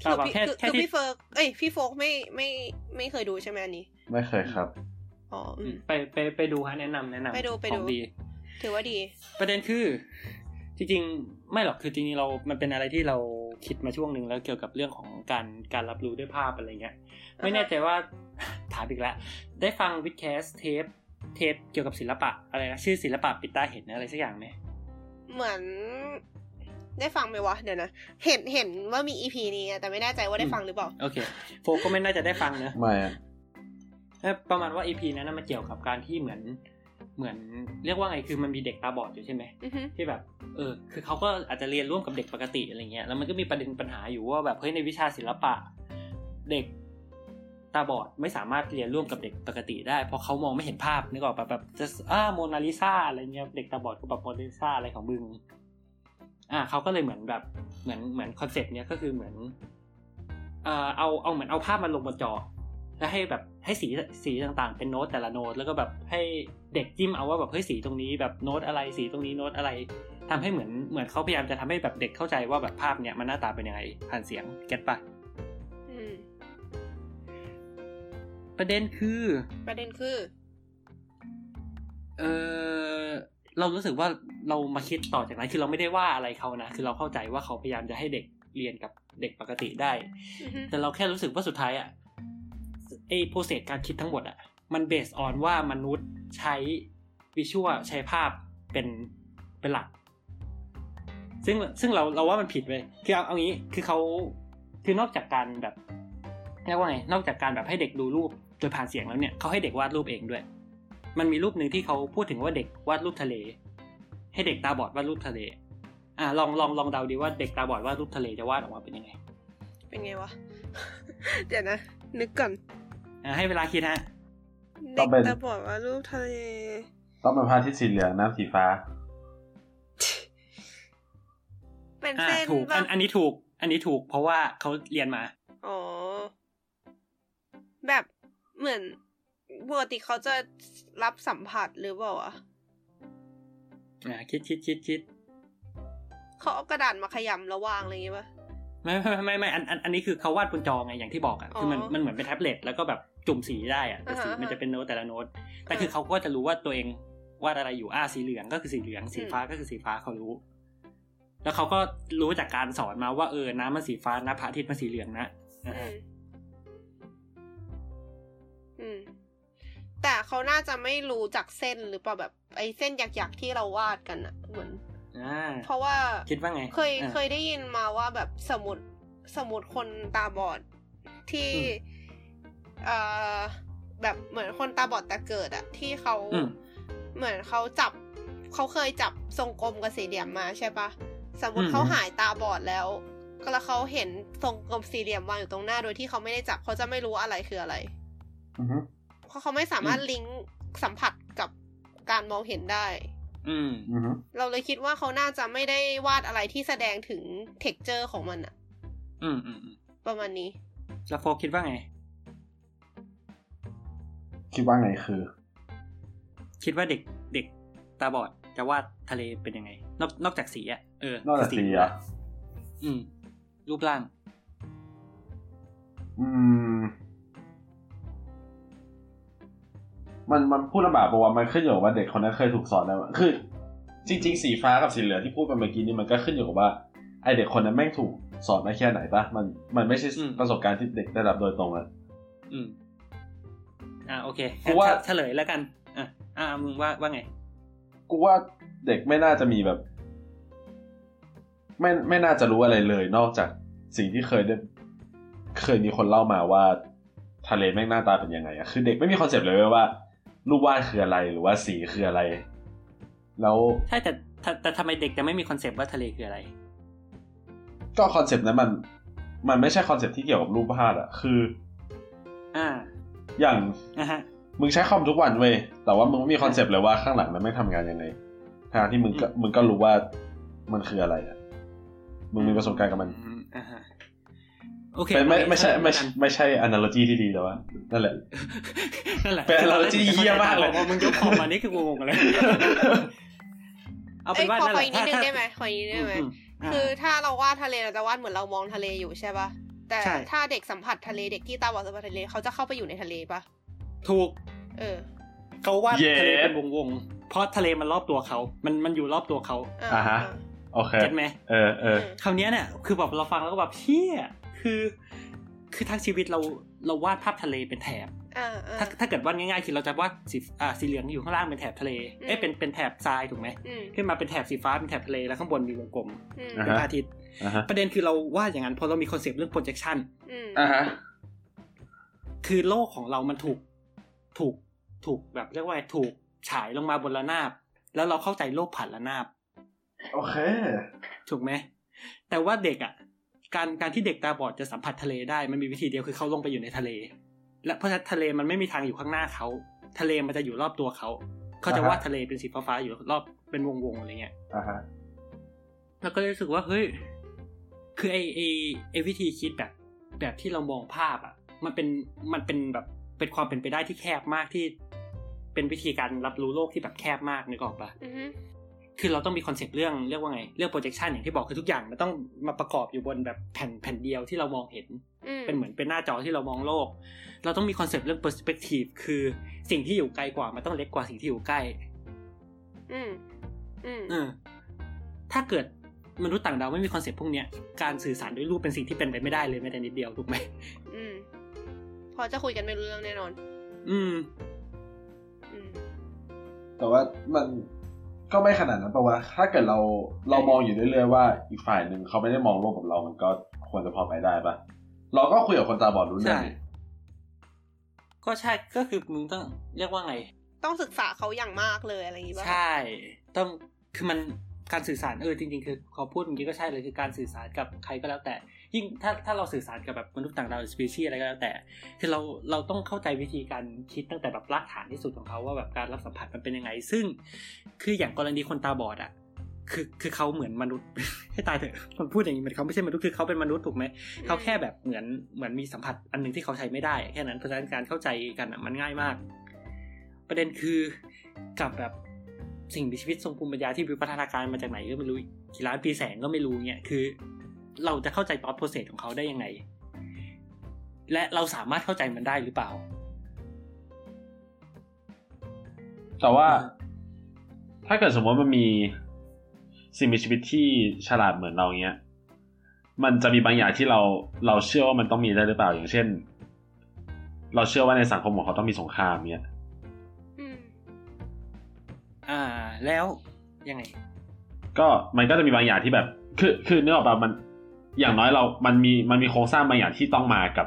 คือ แบบ พี่ แค่ คือ แค่ คือ ที่ พี่เฟิร์กเอ้ยพี่โฟกไม่ไม่ไม่เคยดูใช่ไหมอันนี้ ไม่เคยครับ อ๋ออืม ไปไปไปดูฮะแนะนำแนะนำ ไปดูไปดู ของดี ถือว่าดี ประเด็นคือ จริงๆ ไม่หรอกคือจริงๆเรา มันเป็นอะไรที่เราคิดมาช่วงหนึ่งแล้วเกี่ยวกับเรื่องของการการรับรู้ด้วยภาพอะไรเงี้ย ไม่แน่ใจว่า ถามอีกแล้วได้ฟังวิดแคสเทปเทปเกี่ยวกับศิลปะอะไรนะชื่อศิลปะปิดตาเห็นอะไรสักอย่างไหม เหมือน ได้ฟังไหมวะ เดี๋ยวนะ เห็นเห็นว่ามีอีพีนี้อะแต่ไม่แน่ใจว่าได้ฟังหรือเปล่า โอเค โฟก็ไม่น่าจะได้ฟังเนอะ ไม่ เอ้ยประมาณว่า EP นั้นนะมันเกี่ยวกับการที่เหมือนเหมือนเรียกว่าไงคือมันมีเด็กตาบอดอยู่ใช่ไหม อือฮึ ที่แบบ เออ คือเขาก็อาจจะเรียนร่วมกับเด็กปกติอะไรเงี้ย แล้วมันก็มีประเด็นปัญหาอยู่ว่าแบบเฮ้ยในวิชาศิลปะ เด็กตาบอดไม่สามารถเรียนร่วมกับเด็กปกติได้ เพราะเขามองไม่เห็นภาพนึกออกปะแบบจะอ่าโมนาลิซาอะไรเงี้ย เด็กตาบอดก็แบบโมนาลิซาอะไรของมึง อ่าเขาก็เลยเหมือนแบบ เหมือนเหมือนคอนเซ็ปต์เนี้ยก็คือเหมือน เอ่อเอาเอาเหมือนเอาภาพมันลงบนจอ แล้วให้แบบให้สีสีต่างๆ เป็นโน้ตแต่ละโน้ตแล้วก็แบบให้เด็กจิ้มเอาว่าแบบเฮ้ยสีตรงนี้แบบโน้ตอะไรสีตรงนี้โน้ตอะไรทำให้เหมือนเหมือนเขาพยายามจะทำให้แบบเด็กเข้าใจว่าแบบภาพเนี้ยมันหน้าตาเป็นยังไงผ่านเสียงเก็ตปะ อืม ประเด็นคือ ประเด็นคือ เออเรารู้สึกว่าเรามาคิดต่อจากนั้นคือเราไม่ได้ว่าอะไรเขานะ คือเราเข้าใจว่าเขาพยายามจะให้เด็กเรียนกับเด็กปกติได้ อือฮึ แต่เราแค่รู้สึกว่าสุดท้ายอะไอ้โปรเซสการคิดทั้งหมดอะมันเบสออนว่ามนุษย์ใช้วิชวลใช้ภาพเป็นเป็นหลัก ซึ่งซึ่งเราเราว่ามันผิดเลยคือเอาเอางี้คือเขาคือนอกจากการแบบเรียกว่าไงนอกจากการแบบให้เด็กดูรูปโดยผ่านเสียงแล้วเนี่ยเขาให้เด็กวาดรูปเองด้วย มันมีรูปหนึ่งที่เขาพูดถึงว่าเด็กวาดรูปทะเล ให้เด็กตาบอดวาดรูปทะเล อ่าลองลองลองเดาดีว่าเด็กตาบอดวาดรูปทะเลจะวาดออกมาเป็นยังไง เป็นไงวะ เดี๋ยวนะ นึกก่อน อ่าให้เวลาคิดฮะ ต้ เด็ อง ก เป็น ตาบอดว่ารูปทะเล ต้องเป็นผ้าที่สีเหลืองน้ำสีฟ้า เป็น อ่า เส้น ถูกอั ปะ นอันนี้ถูก อันนี้ถูก เพราะว่าเขาเรียนมา อ๋อ แบบเหมือนปกติเขาจะรับสัมผัสหรือเปล่าวะ อ่าคิดคิดคิดคิด เขาเอากระดาษมาขยำแล้ววางอะไรอย่างเงี้ยปะ ไม่ไม่ไม่ไม่อันอันอันนี้คือเขาวาดบนจอไงอย่างที่บอกอ่ะคือมัน อ๋อ มันเหมือนเป็นแท็บเล็ตแล้วก็แบบจุ่มสีได้อ่ะแต่สี อ่าฮะ มันจะเป็นโน้ตแต่ละโน้ตแต่ อ่า คือเขาก็จะรู้ว่าตัวเองวาดอะไรอยู่อ่าสีเหลืองก็คือสีเหลืองสีฟ้าก็คือสีฟ้าเขารู้ แล้วเขาก็รู้จากการสอนมาว่าเออน้ำมันสีฟ้านะพระอาทิตย์มันสีเหลืองนะ อื อ่าม อืม แต่เขาน่าจะไม่รู้จากเส้นหรือเปล่าแบบ ไอ้เส้นหยักๆที่เราวาดกันอะเหมือน อ่า เพราะว่า คิดว่าไง เคย อ่า เคยได้ยินมาว่าแบบสมมุดสมมุดคนตาบอดที่ อืม เอ่อแบบเหมือนคนตาบอดแต่เกิดอะที่เขา อืม เหมือนเขาจับเขาเคยจับทรงกลมกับสี่เหลี่ยมมาใช่ปะสมมติ อืม เขาหายตาบอดแล้ว ก็แล้วเขาเห็นทรงกลมสี่เหลี่ยมวางอยู่ตรงหน้าโดยที่เขาไม่ได้จับเขาจะไม่รู้ว่าอะไรคืออะไร อือฮึ เพราะเขาไม่สามารถลิงก์สัมผัสกับการมองเห็นได้ อืม อือฮึ เราเลยคิดว่าเขาน่าจะไม่ได้วาดอะไรที่แสดงถึงเท็กเจอร์ของมันอะ อืมอืมอืม ประมาณนี้ แล้วโฟคิดว่าไง คิดว่าไงคือ คิดว่าเด็กเด็กตาบอดจะวาดทะเลเป็นยังไง นอกนอกจากสีอะเออน อกจากสีเหรอ อืม รูปร่าง อืม มันมันพูดลำบากปะว่ามันขึ้นอยู่กับว่าเด็กคนนั้นเคยถูกสอนอะไรมาคือ จริง ๆ สีฟ้ากับสีเหลืองที่พูดไปเมื่อกี้นี่มันก็ขึ้นอยู่กับว่าไอเด็กคนนั้นแม่งถูกสอนมาแค่ไหนปะมันมันไม่ใช่ อืม ประสบการณ์ที่เด็กได้รับโดยตรงอะ อืม อ่าโอเค กูว่า เฉลยแล้วกัน อ่ะอ่ามึงว่าว่าไง กูว่าเด็กไม่น่าจะมีแบบ ไม่ไม่น่าจะรู้อะไรเลย นอกจากสิ่งที่เคยได้เคยมีคนเล่ามาว่า ทะเลแม่งหน้าตาเป็นยังไงอะคือเด็กไม่มีคอนเซปต์เลยเว้ยว่ารูปวาดคืออะไรหรือว่าสีคืออะไร แล้ว ใช่แต่แต่แต่ทำไมเด็กจะไม่มีคอนเซปต์ว่าทะเลคืออะไร ก็คอนเซปต์นั้นมัน มันไม่ใช่คอนเซปต์ที่เกี่ยวกับรูปวาดอะคือ อ่า อย่าง อ่ะฮะ มึงใช้คอมทุกวันเว้ยแต่ว่ามึงไม่มีคอนเซปต์เลยว่าข้างหลังมันไม่งทำงานยังไงทางที่มึงก็มึงก็รู้ว่ามันคืออะไรอะมึงมีประสบการณ์กับมัน อือ่าฮะโอเค ไม่ไม่ไม่ใช่ไม่ เฉ ใช่ ลยแล้วกัน ไม่ใช่ analogy ที่ดีแต่ว่านั่ นแหละ นั่นแหละ เป็นเราที่เหี้ยมากเลย พอมึงยกคอมมานี่คืองงเลย เอาเป็นเอ้ย ว่า ขอ นั่นแหขอ ละ อีกนิดนึงได้ ไหมขออีกนิดนึงได้ไหม อืมอืม คือา ถ้าเราวาดทะเลเราจะวาดเหมือนเรามองทะเลอยู่ใช่ปะแต่ ใช่ ถ้าเด็กสัมผัสทะเลเด็กที่ตาบอดสัมผัสทะเลเขาจะเข้าไปอยู่ในทะเลปะ ถูก เออ เขาวาดทะเล Yes เป็นวงวงๆเพราะทะเลมันรอบตัวเขา มันมันอยู่รอบตัวเขา อ่า อ่าฮะ โอเค เก็ตไหม เออเออ คำนี้ยเนี่ย คือแบบเราฟังแล้วก็แบบเชี่ยคือ คือทั้งชีวิตเราเราวาดภาพทะเลเป็นแถบ อ่าอ่า ถ้าถ้าเกิดวาดง่ายๆคือเราจะวาดสีอ่าสีเหลืองอยู่ข้างล่างเป็นแถบทะเล เอ้ย อืม เป็นเป็นแถบทรายถูกไหม อืม ขึ้นมาเป็นแถบสีฟ้าเป็นแถบทะเลแล้วข้างบนมีวงกลม อืม อ่า เป็นพฮะระอาทิตย์ อ่าฮะ ประเด็นคือเราวาดอย่างนั้นเพราะเรามีคอนเซปต์เรื่อง projection อืม อ่าฮะ คือโลกของเรามันถูกถูกถูกแบบเรียกว่าถูกฉายลงมาบนระนาบ แล้วเราเข้าใจโลกผ่านระนาบ โอเค ถูกไหมแต่ว่าเด็กอ่ะ การการที่เด็กตาบอดจะสัมผัสทะเลได้มันมีวิธีเดียวคือเขาลงไปอยู่ในทะเล และเพราะฉะนั้นทะเลมันไม่มีทางอยู่ข้างหน้าเขา ทะเลมันจะอยู่รอบตัวเขาเขาจะ อ่าฮะ วาดทะเลเป็นสีฟ้าๆอยู่รอบเป็นวงๆอะไรเงี้ย อ่าฮะ แล้วก็เลยรู้สึกว่าเฮ้ย คือไอไอไอวิธีคิดแบบแบบที่เรามองภาพอะ มันเป็นมันเป็นแบบเป็นความเป็นไปได้ที่แคบมากที่ เป็นวิธีการรับรู้โลกที่แบบแคบมากนึกออกปะ อือฮึ คือเราต้องมีคอนเซปต์เรื่องเรียกว่าไง เรื่อง projection อย่างที่บอกคือทุกอย่างมันต้องมาประกอบอยู่บนแบบแผ่นแผ่นเดียวที่เรามองเห็น เป็นเหมือนเป็นหน้าจอที่เรามองโลก เราต้องมีคอนเซปต์เรื่อง perspective คือสิ่งที่อยู่ไกลกว่ามันต้องเล็กกว่าสิ่งที่อยู่ใกล้ อืมอืม เออถ้าเกิดมนุษย์ต่างดาวไม่มีคอนเซปต์พวกเนี้ยการสื่อสารด้วยรูปเป็นสิ่งที่เป็นไปไม่ได้เลยแม้แต่นิดเดียวถูกไหม อืมพอจะคุยกันไม่รู้เรื่องแน่นอน อืม อืม แต่ว่ามันก็ไม่ขนาดนั้นปะวะถ้าเกิดเราเรามองอยู่เรื่อยๆว่าอีกฝ่ายหนึ่งเขาไม่ได้มองโลกแบบเรา มันก็ควรจะพอไปได้ปะเราก็คุยกับคนตาบอดรู้เรื่อง ใช่ นี่ ก็ใช่ก็คือมึงต้องเรียกว่าไง ต้องศึกษาเขาอย่างมากเลยอะไรอย่างงี้ป่ะ ใช่ ต้อง คือมัน การสื่อสาร เออ จริงๆ คือขอพูดเมื่อกี้ก็ใช่เลย คือการสื่อสารกับใครก็แล้วแต่ ยิ่ง ถ้า ถ้าเราสื่อสารกับแบบมนุษย์ต่างดาวสปีชีส์อะไรก็แล้วแต่ คือเรา เราต้องเข้าใจวิธีการคิดตั้งแต่แบบรากฐานที่สุดของเขาว่าแบบการรับสัมผัสมันเป็นยังไง ซึ่ง คืออย่างกรณีคนตาบอดอะคือ คือเขาเหมือนมนุษย์ ให้ตายเถอะมันพูดอย่างนี้เหมันเขาไม่ใช่มนุษย์ คือเขาเป็นมนุษย์ถูกไหม เขาแค่แบบเหมือนเหมือนมีสัมผัสอันหนึ่งที่เขาใช้ไม่ได้แค่นั้นเพราะฉะนั้นการเข้าใจกันอะมันง่ายมาก ประเด็นคือกับแบบสิ่งมีชีวิตทรงภูมิปัญญาที่วิวัฒนาการมาจากไหนก็ไม่รู้กี่ล้านปีแสงก็ไม่รู้เนี่ยคือ เราจะเข้าใจตอนโปรเซสของเขาได้ยังไง และเราสามารถเข้าใจมันได้หรือเปล่า แต่ว่า อืม ถ้าเกิดสมมติมันมีสิ่งมีชีวิตที่ฉลาดเหมือนเราเนี้ย มันจะมีบางอย่างที่เราเราเชื่อว่ามันต้องมีได้หรือเปล่าอย่างเช่น เราเชื่อว่าในสังคมของเขาต้องมีสงครามเนี้ย อืม อ่า แล้วยังไง ก็มันก็จะมีบางอย่างที่แบบ คือคือเนื้อออกมามันอย่างน้อยเรา มันมีมันมีโครงสร้างบางอย่างที่ต้องมากับ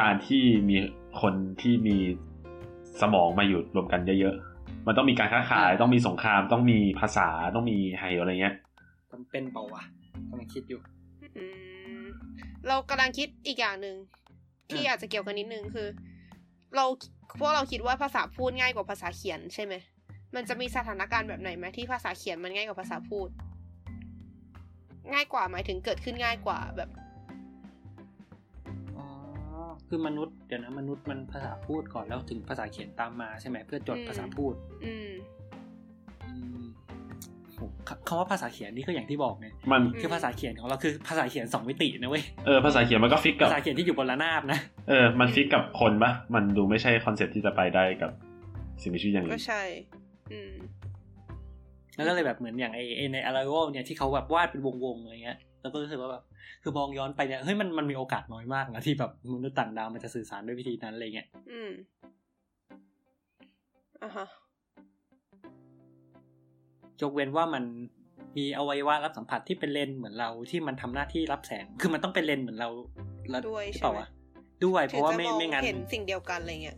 การที่มีคนที่มีสมองมาอยู่รวมกันเยอะๆ มันต้องมีการค้าขาย อืม ต้องมีสงคราม ต้องมีภาษาต้องมีไฮอะไรเงี้ย จำเป็นเปล่าวะกำลังคิดอยู่ อืมเรากำลังคิดอีกอย่างหนึ่งที่ อ่ะ อาจจะเกี่ยวกันนิดนึงคือ เราพวกเราคิดว่าภาษาพูดง่ายกว่าภาษาเขียนใช่ไหมมันจะมีสถานการณ์แบบไหนไหมที่ภาษาเขียนมันง่ายกว่าภาษาพูด ง่ายกว่าหมายถึงเกิดขึ้นง่ายกว่าแบบ อ๋อคือมนุษย์เดี๋ยวนะมนุษย์มันภาษาพูดก่อนแล้วถึงภาษาเขียนตามมาใช่ไหมเพื่อจด อืม ภาษาพูด อืม อืมโหคคำว่าภาษาเขียนนี่ก็อย่างที่บอกไง มัน อืม คือภาษาเขียนของเราคือภาษาเขียนสองมิตินะเว้ย เออ ภาษาเขียนมันก็ฟิกกับ ภาษาเขียนที่อยู่บนระนาบนะ เออ มันฟิกกับคนปะมันดูไม่ใช่คอนเซ็ปต์ที่จะไปได้กับสิ่งมีชีวิตอย่าง ก็ อื่น ใช่ อืม แล้วก็เลยแบบเหมือนอย่างไอไอ้ในอาราวเนี่ยที่เขาแบบวาดเป็นวงๆอะไรเงี้ยแล้วก็รู้สึกว่าแบบคือมองย้อนไปเนี่ยเฮ้ยมันมันมีโอกาสน้อยมากนะที่แบบมนุษย์ต่างดาวมันจะสื่อสารด้วยวิธีนั้นอะไรเงี้ย อืมอ่ะฮะ ยกเว้นว่ามันมีอวัยวะรับสัมผัสที่เป็นเลนส์เหมือนเราที่มันทำหน้าที่รับแสง คือมันต้องเป็นเลนส์เหมือนเราแล้ว ด้วย หรือ ใช่ เปล่า ไหม วะด้วยเพ ถึ ราะ ง ว่า จะ ไม่ มอง ไม่งั้น เห็นสิ่งเดียวกันอะไรเงี้ย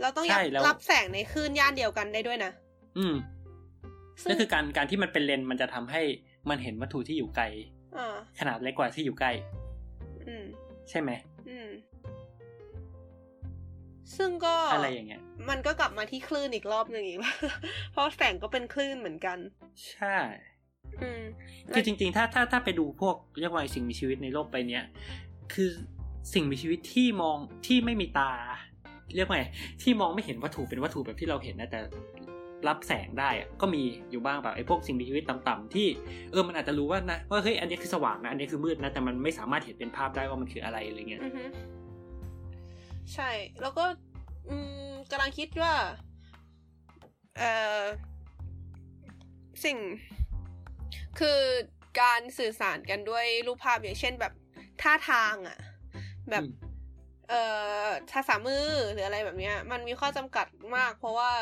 เราต้อง ใช่แล้ว รับแสงในคลื่นย่านเดียวกันได้ด้วยนะ อืม ซึ่ง ก็คือการการที่มันเป็นเลนส์มันจะทำให้มันเห็นวัตถุที่อยู่ไกล อ่า ขนาดเล็กกว่าที่อยู่ใกล้ อืม ใช่ไหม อืม ซึ่งก็ อะไรอย่างเงี้ย มันก็กลับมาที่คลื่นอีกรอบหนึ่งอีกแล้ว เพรา ะแสงก็เป็นคลื่นเหมือนกัน ใช่ อืม คือจริงๆ ถ้าถ้าถ้าไปดูพวกเรียกว่าสิ่งมีชีวิตในโลกใบเนี้ยคือสิ่งมีชีวิตที่มองที่ไม่มีตา เรียกว่าไงที่มองไม่เห็นวัตถุเป็นวัตถุแบบที่เราเห็นนะแต่รับแสงได้อะก็มีอยู่บ้างแบบไอ้พวกสิ่งมีชีวิตต่ำๆที่เออมันอาจจะรู้ว่านะว่าเฮ้ยอันนี้คือสว่างนะอันนี้คือมืดนะแต่มันไม่สามารถเห็นเป็นภาพได้ว่ามันคืออะไรอะไรเงี้ย อือฮึใช่ แล้วก็ อืมกำลังคิดว่า เอ่อ สิ่ง คือการสื่อสารกันด้วยรูปภาพอย่างเช่นแบบท่าทางอะแบบ อืม เอ่อภาษามือหรืออะไรแบบเนี้ย มันมีข้อจำกัดมาก เพราะว่า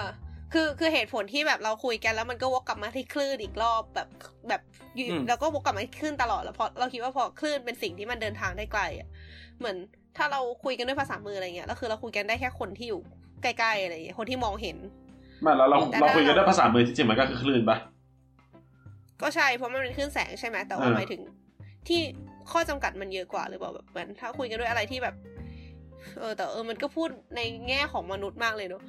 คือคือเหตุผลที่แบบเราคุยกันแล้วมันก็วกกลับมาที่คลื่นอีกรอบแบบแบบอยู่แล้วก็วกกลับมาที่คลื่นตลอดแล้วเพราะเราคิดว่าพอคลื่นเป็นสิ่งที่มันเดินทางได้ไกลอะเหมือนถ้าเราคุยกันด้วยภาษามืออะไรเงี้ยแล้วคือเราคุยกันได้แค่คนที่อยู่ใกล้ๆอะไรอย่างเงี้ยคนที่มองเห็น ไมาแล้วเรา แต่ เรา ถ้า คุยกันด้วยภาษามือที่จริงมันก็คือคลื่นปะ ก็ใช่เพราะมันเป็นคลื่นแสงใช่ไหมแต่ว่า อ่า หมายถึงที่ข้อจำกัดมันเยอะกว่าหรือเปล่าแบบเหมือนถ้าคุยกันด้วยอะไรที่แบบ เออแต่เออมันก็พูดในแง่ของมนุษย์มากเลยเนอะ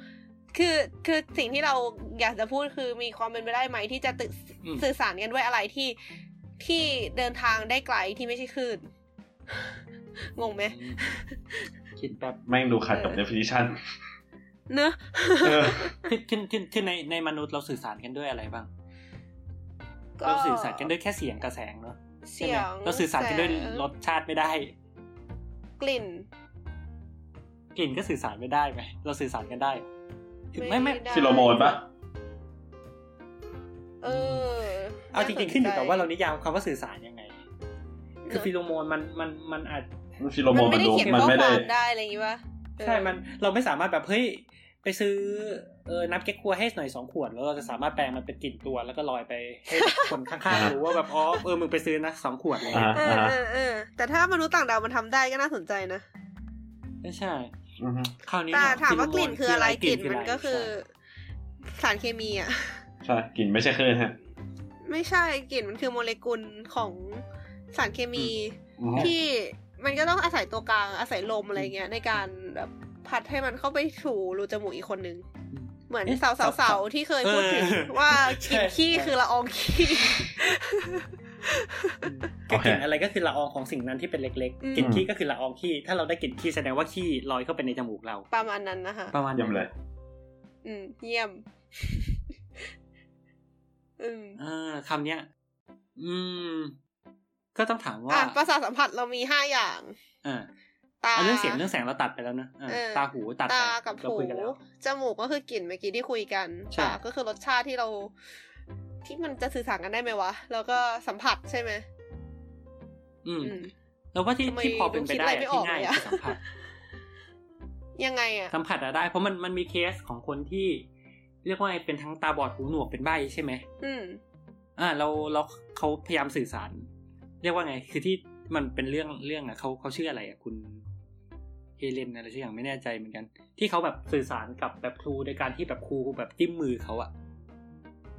คือคือสิ่งที่เราอยากจะพูดคือมีความเป็นไปได้ไหมที่จะตึก อืม สื่อสารกันด้วยอะไรที่ที่เดินทางได้ไกลที่ไม่ใช่คลื่น งงไหม คิดแป๊บ แม่งดูขัดกับ definition เนอะ เออ คือคือคือคือในในมนุษย์เราสื่อสารกันด้วยอะไรบ้าง ก็ เราสื่อสารกันด้วยแค่เสียงกับแสงเนอะใช่ เสี ไห ย ม ง เราสื่อสารกันด้วย แง รสชาติไม่ได้ กลิ่น กลิ่นก็สื่อสารไม่ได้ไหมเราสื่อสารกันได้เหรอคือไม่ไม่ ไม่ได้ ฟิโลโมนปะ เออ เอาจริงๆขึ้นอยู่กับว่าเรานิยามคำว่าสื่อสารยังไง คือ เนอะ ฟิโลโมนมันมันมันอาจ มันฟิโลโมน มั มัน นไม่ได้ ดู เขียน มัน ข้อ ไม่ ค ได้ วามได้อะไรอย่างงี้ปะเออ ใช่ มันเราไม่สามารถแบบเฮ้ยไปซื้อเออน้ำเก๊กครัวให้หน่อยสองขวดแล้วเราจะสามารถแปลงมันเป็นกลิ่นตัวแล้วก็ลอยไปให้คนข้างๆรู้ว่าแบบอ๋อเออมึงไปซื้อนะสองขวดอะไรเลย อ่า เออเออเออแต่ถ้ามนุษย์ต่างดาวมันทำได้ก็น่าสนใจนะ ไม่ใช่ อือฮึ คราวนี้ แต่ เนี่ย ถามว่ากลิ่นคืออะไรกลิ่นมัน อะ ก็คือ ใช่ สารเคมีอ่ะ ใช่กลิ่นไม่ใช่เคลื่อนฮะ ไม่ใช่กลิ่นมันคือโมเลกุลของสารเคมี อือฮึ ที่มันก็ต้องอาศัยตัวกลางอาศัยลมอะไรเงี้ย ในการแบบพัดให้มันเข้าไปถูรูจมูกอีกคนนึง เหมือน อ๊ะ สาวๆที่เคยพูดถึง เออ ว่ากลิ่น ใช่ ขี้คือละอองขี้ ก็กลิ่นอะไรก็คือละอองของสิ่งนั้นที่เป็นเล็ก อืม ๆกลิ่นขี้ก็คือละอองขี้ถ้าเราได้กลิ่นขี้แสดงว่าขี้ลอยเข้าไปในจมูกเรา ประมาณนั้นนะคะ ประมาณ เยี่ยมเลย อืม เยี่ยม อืม อ่าคำเนี้ย อืม ก็ต้องถามว่า อ่ะประสาทสัมผัสเรามีห้าอย่าง อ่า ตา เอาเรื่องเสียงเรื่องแสงเราตัดไปแล้วนะอ่ะ เออ ตาหูตัดไป ตากับ เรา หู คุยกันแล้ว จมูกก็คือกลิ่นเมื่อกี้ที่คุยกัน ใช่ ปากก็คือรสชาติที่เรา ที่มันจะสื่อสารกันได้ไหมวะ แล้วก็สัมผัสใช่ไหม อืม อืม เราว่าที่ ทำไม ที่พอเป็นไปได้ ดูคิดอะไรไม่ อะที่ออก ง่าย เลยอะ คือสัมผัส ยังไงอ่ะ สัมผัสอะได้ เพราะมันมันมีเคสของคนที่ เรียกว่าไงเป็นทั้งตาบอดหูหนวกเป็นใบใช่ไหม อืม อ่าเราเราเขาพยายามสื่อสาร เรียกว่าไง คือที่มันเป็นเรื่องเรื่องอะเขาเขาชื่ออะไรอะคุณเฮเลนอะไรชื่ออย่างไม่แน่ใจเหมือนกัน ที่เขาแบบสื่อสารกับแบบครูโดยการที่แบบครูแบบจิ้มมือเขาอะ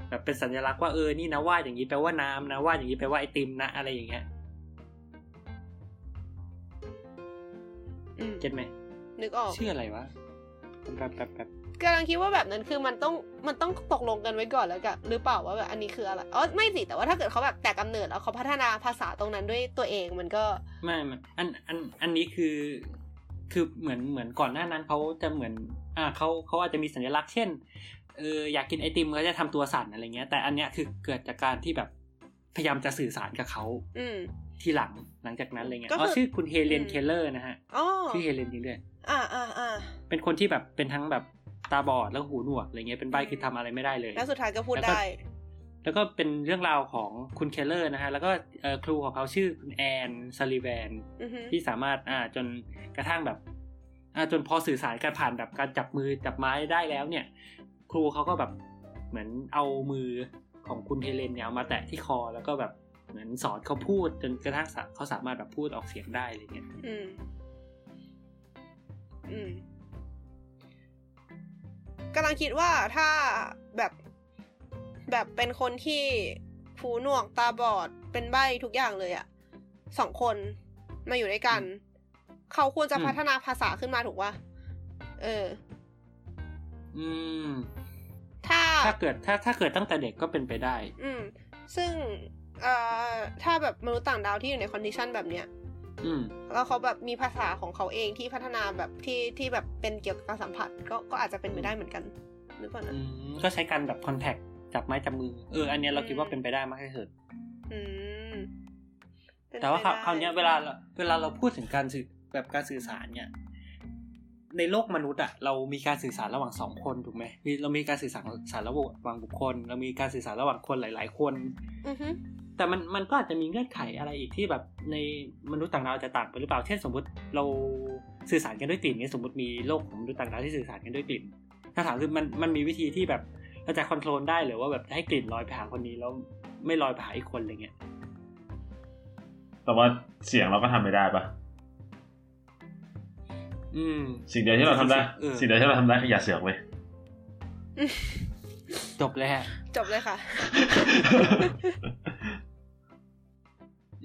แบบเป็นสัญลักษณ์ว่าเออนี่นะวาดอย่างนี้แปลว่าน้ำนะวาดอย่างนี้แปลว่าไอติมนะอะไรอย่างเงี้ย อืม เก็ตไหม นึกออก ชื่ออะไรวะแป๊บแป๊บแป๊บ กำลังคิดว่าแบบนั้นคือมันต้องมันต้องตกลงกันไว้ก่อนแล้วกันหรือเปล่าว่าแบบอันนี้คืออะไรอ๋อไม่สิแต่ว่าถ้าเกิดเขาแบบแต่กำเนิดแล้วเขาพัฒนาภาษาตรงนั้นด้วยตัวเองมันก็ ไม่ไม่อันอันอันนี้คือ คือเหมือนเหมือนก่อนหน้านั้นเขาจะเหมือน อ่าเขาเขาอาจจะมีสัญลักษณ์เช่นเอออยากกินไอติมเขาจะทำตัวสั่นอะไรเงี้ย แต่อันเนี้ยคือเกิดจากการที่แบบพยายามจะสื่อสารกับเขา อืม ทีหลังหลังจากนั้นอะไรเงี้ย ก็คือ เอาชื่อคุณเฮเลน อืม เคลเลอร์นะฮะ อ๋อ ชื่อเฮเลนจริงด้วย อ่าอ่าอ่า เป็นคนที่แบบเป็นทั้งแบบตาบอดแล้วหูหนวกอะไรเงี้ยเป็นใบคือทำอะไรไม่ได้เลย แล้วสุดท้ายก็พูด แล้วก็ ได้ แล้วก็เป็นเรื่องราวของคุณเคลเลอร์นะฮะ แล้วก็เอ่อครูของเขาชื่อคุณแอนซาริแวน อือฮึ ที่สามารถอ่าจนกระทั่งแบบอ่าจนพอสื่อสารกันผ่านแบบการจับมือจับไม้ได้แล้วเนี่ย ครูเขาก็แบบเหมือนเอามือของคุณเฮเลนเนี่ยเอามาแตะที่คอแล้วก็แบบเหมือนสอนเขาพูดจนกระทั่งสะเขาสามารถแบบพูดออกเสียงได้อะไรเงี้ย อืม อืมกำลังคิดว่าถ้าแบบแบบเป็นคนที่หูหนวกตาบอดเป็นใบ้ทุกอย่างเลยอะสองคนมาอยู่ด้วยกัน เขาควรจะพัฒนาภาษาขึ้นมาถูกปะเออ อืม ถ้า ถ้าเกิดถ้าถ้าเกิดตั้งแต่เด็กก็เป็นไปได้ อืม ซึ่งเอ่อถ้าแบบมนุษย์ต่างดาวที่อยู่ในคอนดิชันแบบเนี้ย อืม แล้วเขาแบบมีภาษาของเขาเองที่พัฒนาแบบที่ที่แบบเป็นเกี่ยวกับการสัมผัสก็ก็อาจจะเป็นไปได้เหมือนกันหรือเปล่านะ อืมก็ใช้การแบบคอนแทคจับไม้จับมือเอออันเนี้ยเราคิดว่าเป็นไปได้มากที่สุด อืมเป็นไป แต่ว่าคราว ได้ คราวเนี้ยเวลาเราเวลาเราพูดถึงการสื่อแบบการสื่อสารเนี่ย ในโลกมนุษย์อะเรามีการสื่อสารระหว่างสองคนถูกไหมมีเรามีการสื่อสารสารระหว่างบุคคล เรามีการสื่อสารระหว่างคนหลาย ๆ คน อือฮึ แต่มันมันก็อาจจะมีเงื่อนไขอะไรอีกที่แบบในมนุษย์ต่างดาวอาจจะต่างไปหรือเปล่า เช่นสมมติเราสื่อสารกันด้วยกลิ่นเนี่ยสมมติมีโลกของมนุษย์ต่างดาวที่สื่อสารกันด้วยกลิ่นถ้าถามคือมันมันมีวิธีที่แบบเราจะคอนโทรลได้หรือว่าแบบให้กลิ่นลอยไปหาคนนี้แล้วไม่ลอยไปหาอีกคนอะไรเงี้ย แต่ว่าเสียงเราก็ทำไม่ได้ปะ อืม สิ่งเดียวที่เราทำได้ เออ สิ่งเดียวที่เราทำได้คืออย่าเสือก เว้ย จบเลยฮะ จบเลยค่ะ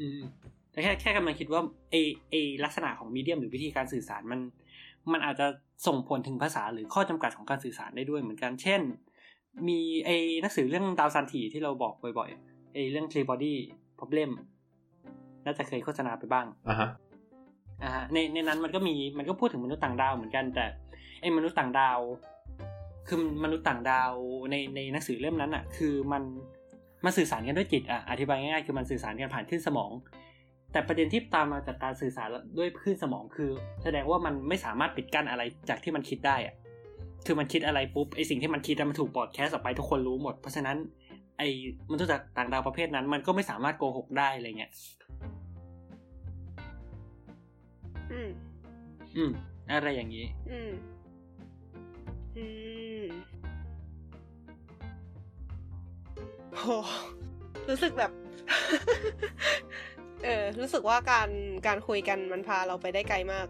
อืมแต่แค่แค่กำลังคิดว่าไอไอลักษณะของมีเดียมหรือวิธีการสื่อสารมัน มันอาจจะส่งผลถึงภาษาหรือข้อจำกัดของการสื่อสารได้ด้วยเหมือนกัน เช่น มีไอหนังสือเรื่องดาวซันถีที่เราบอกบ่อยๆไอเรื่อง Three Body Problem น่าจะเคยโฆษณาไปบ้าง อ่ะฮะ อ่าฮะในในนั้นมันก็มีมันก็พูดถึงมนุษย์ต่างดาวเหมือนกันแต่ไอ้มนุษย์ต่างดาว คือมนุษย์ต่างดาวในในหนังสือเล่มนั้นอ่ะ คือมันมันสื่อสารกันด้วยจิตอ่ะอธิบายง่ายๆคือมันสื่อสารกันผ่านคลื่นสมอง แต่ประเด็นที่ตามมาจากการสื่อสารด้วยคลื่นสมองคือ แสดงว่ามันไม่สามารถปิดกั้นอะไรจากที่มันคิดได้อ่ะคือมันคิดอะไรปุ๊บไอสิ่งที่มันคิดอะมันถูกบอดแคสต์ออกไปทุกคนรู้หมด เพราะฉะนั้น ไอมนุษย์ต่างดาวประเภทนั้น มันก็ไม่สามารถโกหกได้อะไรเงี้ย อืม อืม อะไรอย่างนี้ อืม อืมโหรู้สึก แบบ เออ รู้สึกว่าการการคุยกันมันพาเราไปได้ไกลมาก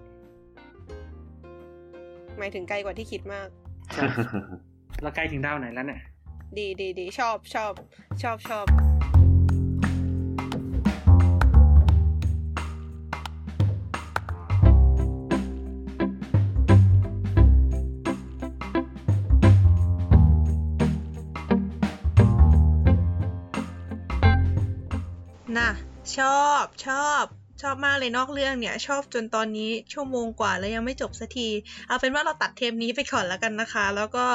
หมายถึงไกลกว่าที่คิดมาก เราใกล้ถึงดาวไหนแล้วเนี่ย ดีดีดีชอบชอบชอบชอบ น่ะ ชอบชอบชอบมากเลยนอกเรื่องเนี่ย ชอบจนตอนนี้ชั่วโมงกว่าแล้วยังไม่จบสักที เอาเป็นว่าเราตัดเทปนี้ไปก่อนแล้วกันนะคะ แล้วก็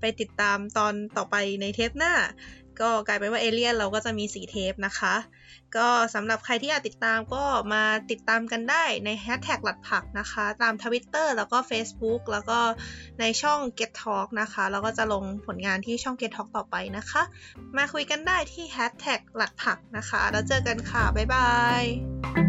ไปติดตามตอนต่อไปในเทปหน้า ก็กลายเป็นว่าเอเลียนเราก็จะมีสีเทปนะคะ ก็สำหรับใครที่อยากติดตามก็มาติดตามกันได้ในแฮชแท็กหลัดผักนะคะ ตามทวิตเตอร์แล้วก็ Facebook แล้วก็ในช่อง Get Talk นะคะแล้วก็จะลงผลงานที่ช่อง Get Talk ต่อไปนะคะ มาคุยกันได้ที่แฮชแท็กหลัดผักนะคะ แล้วเจอกันค่ะ บ๊ายบาย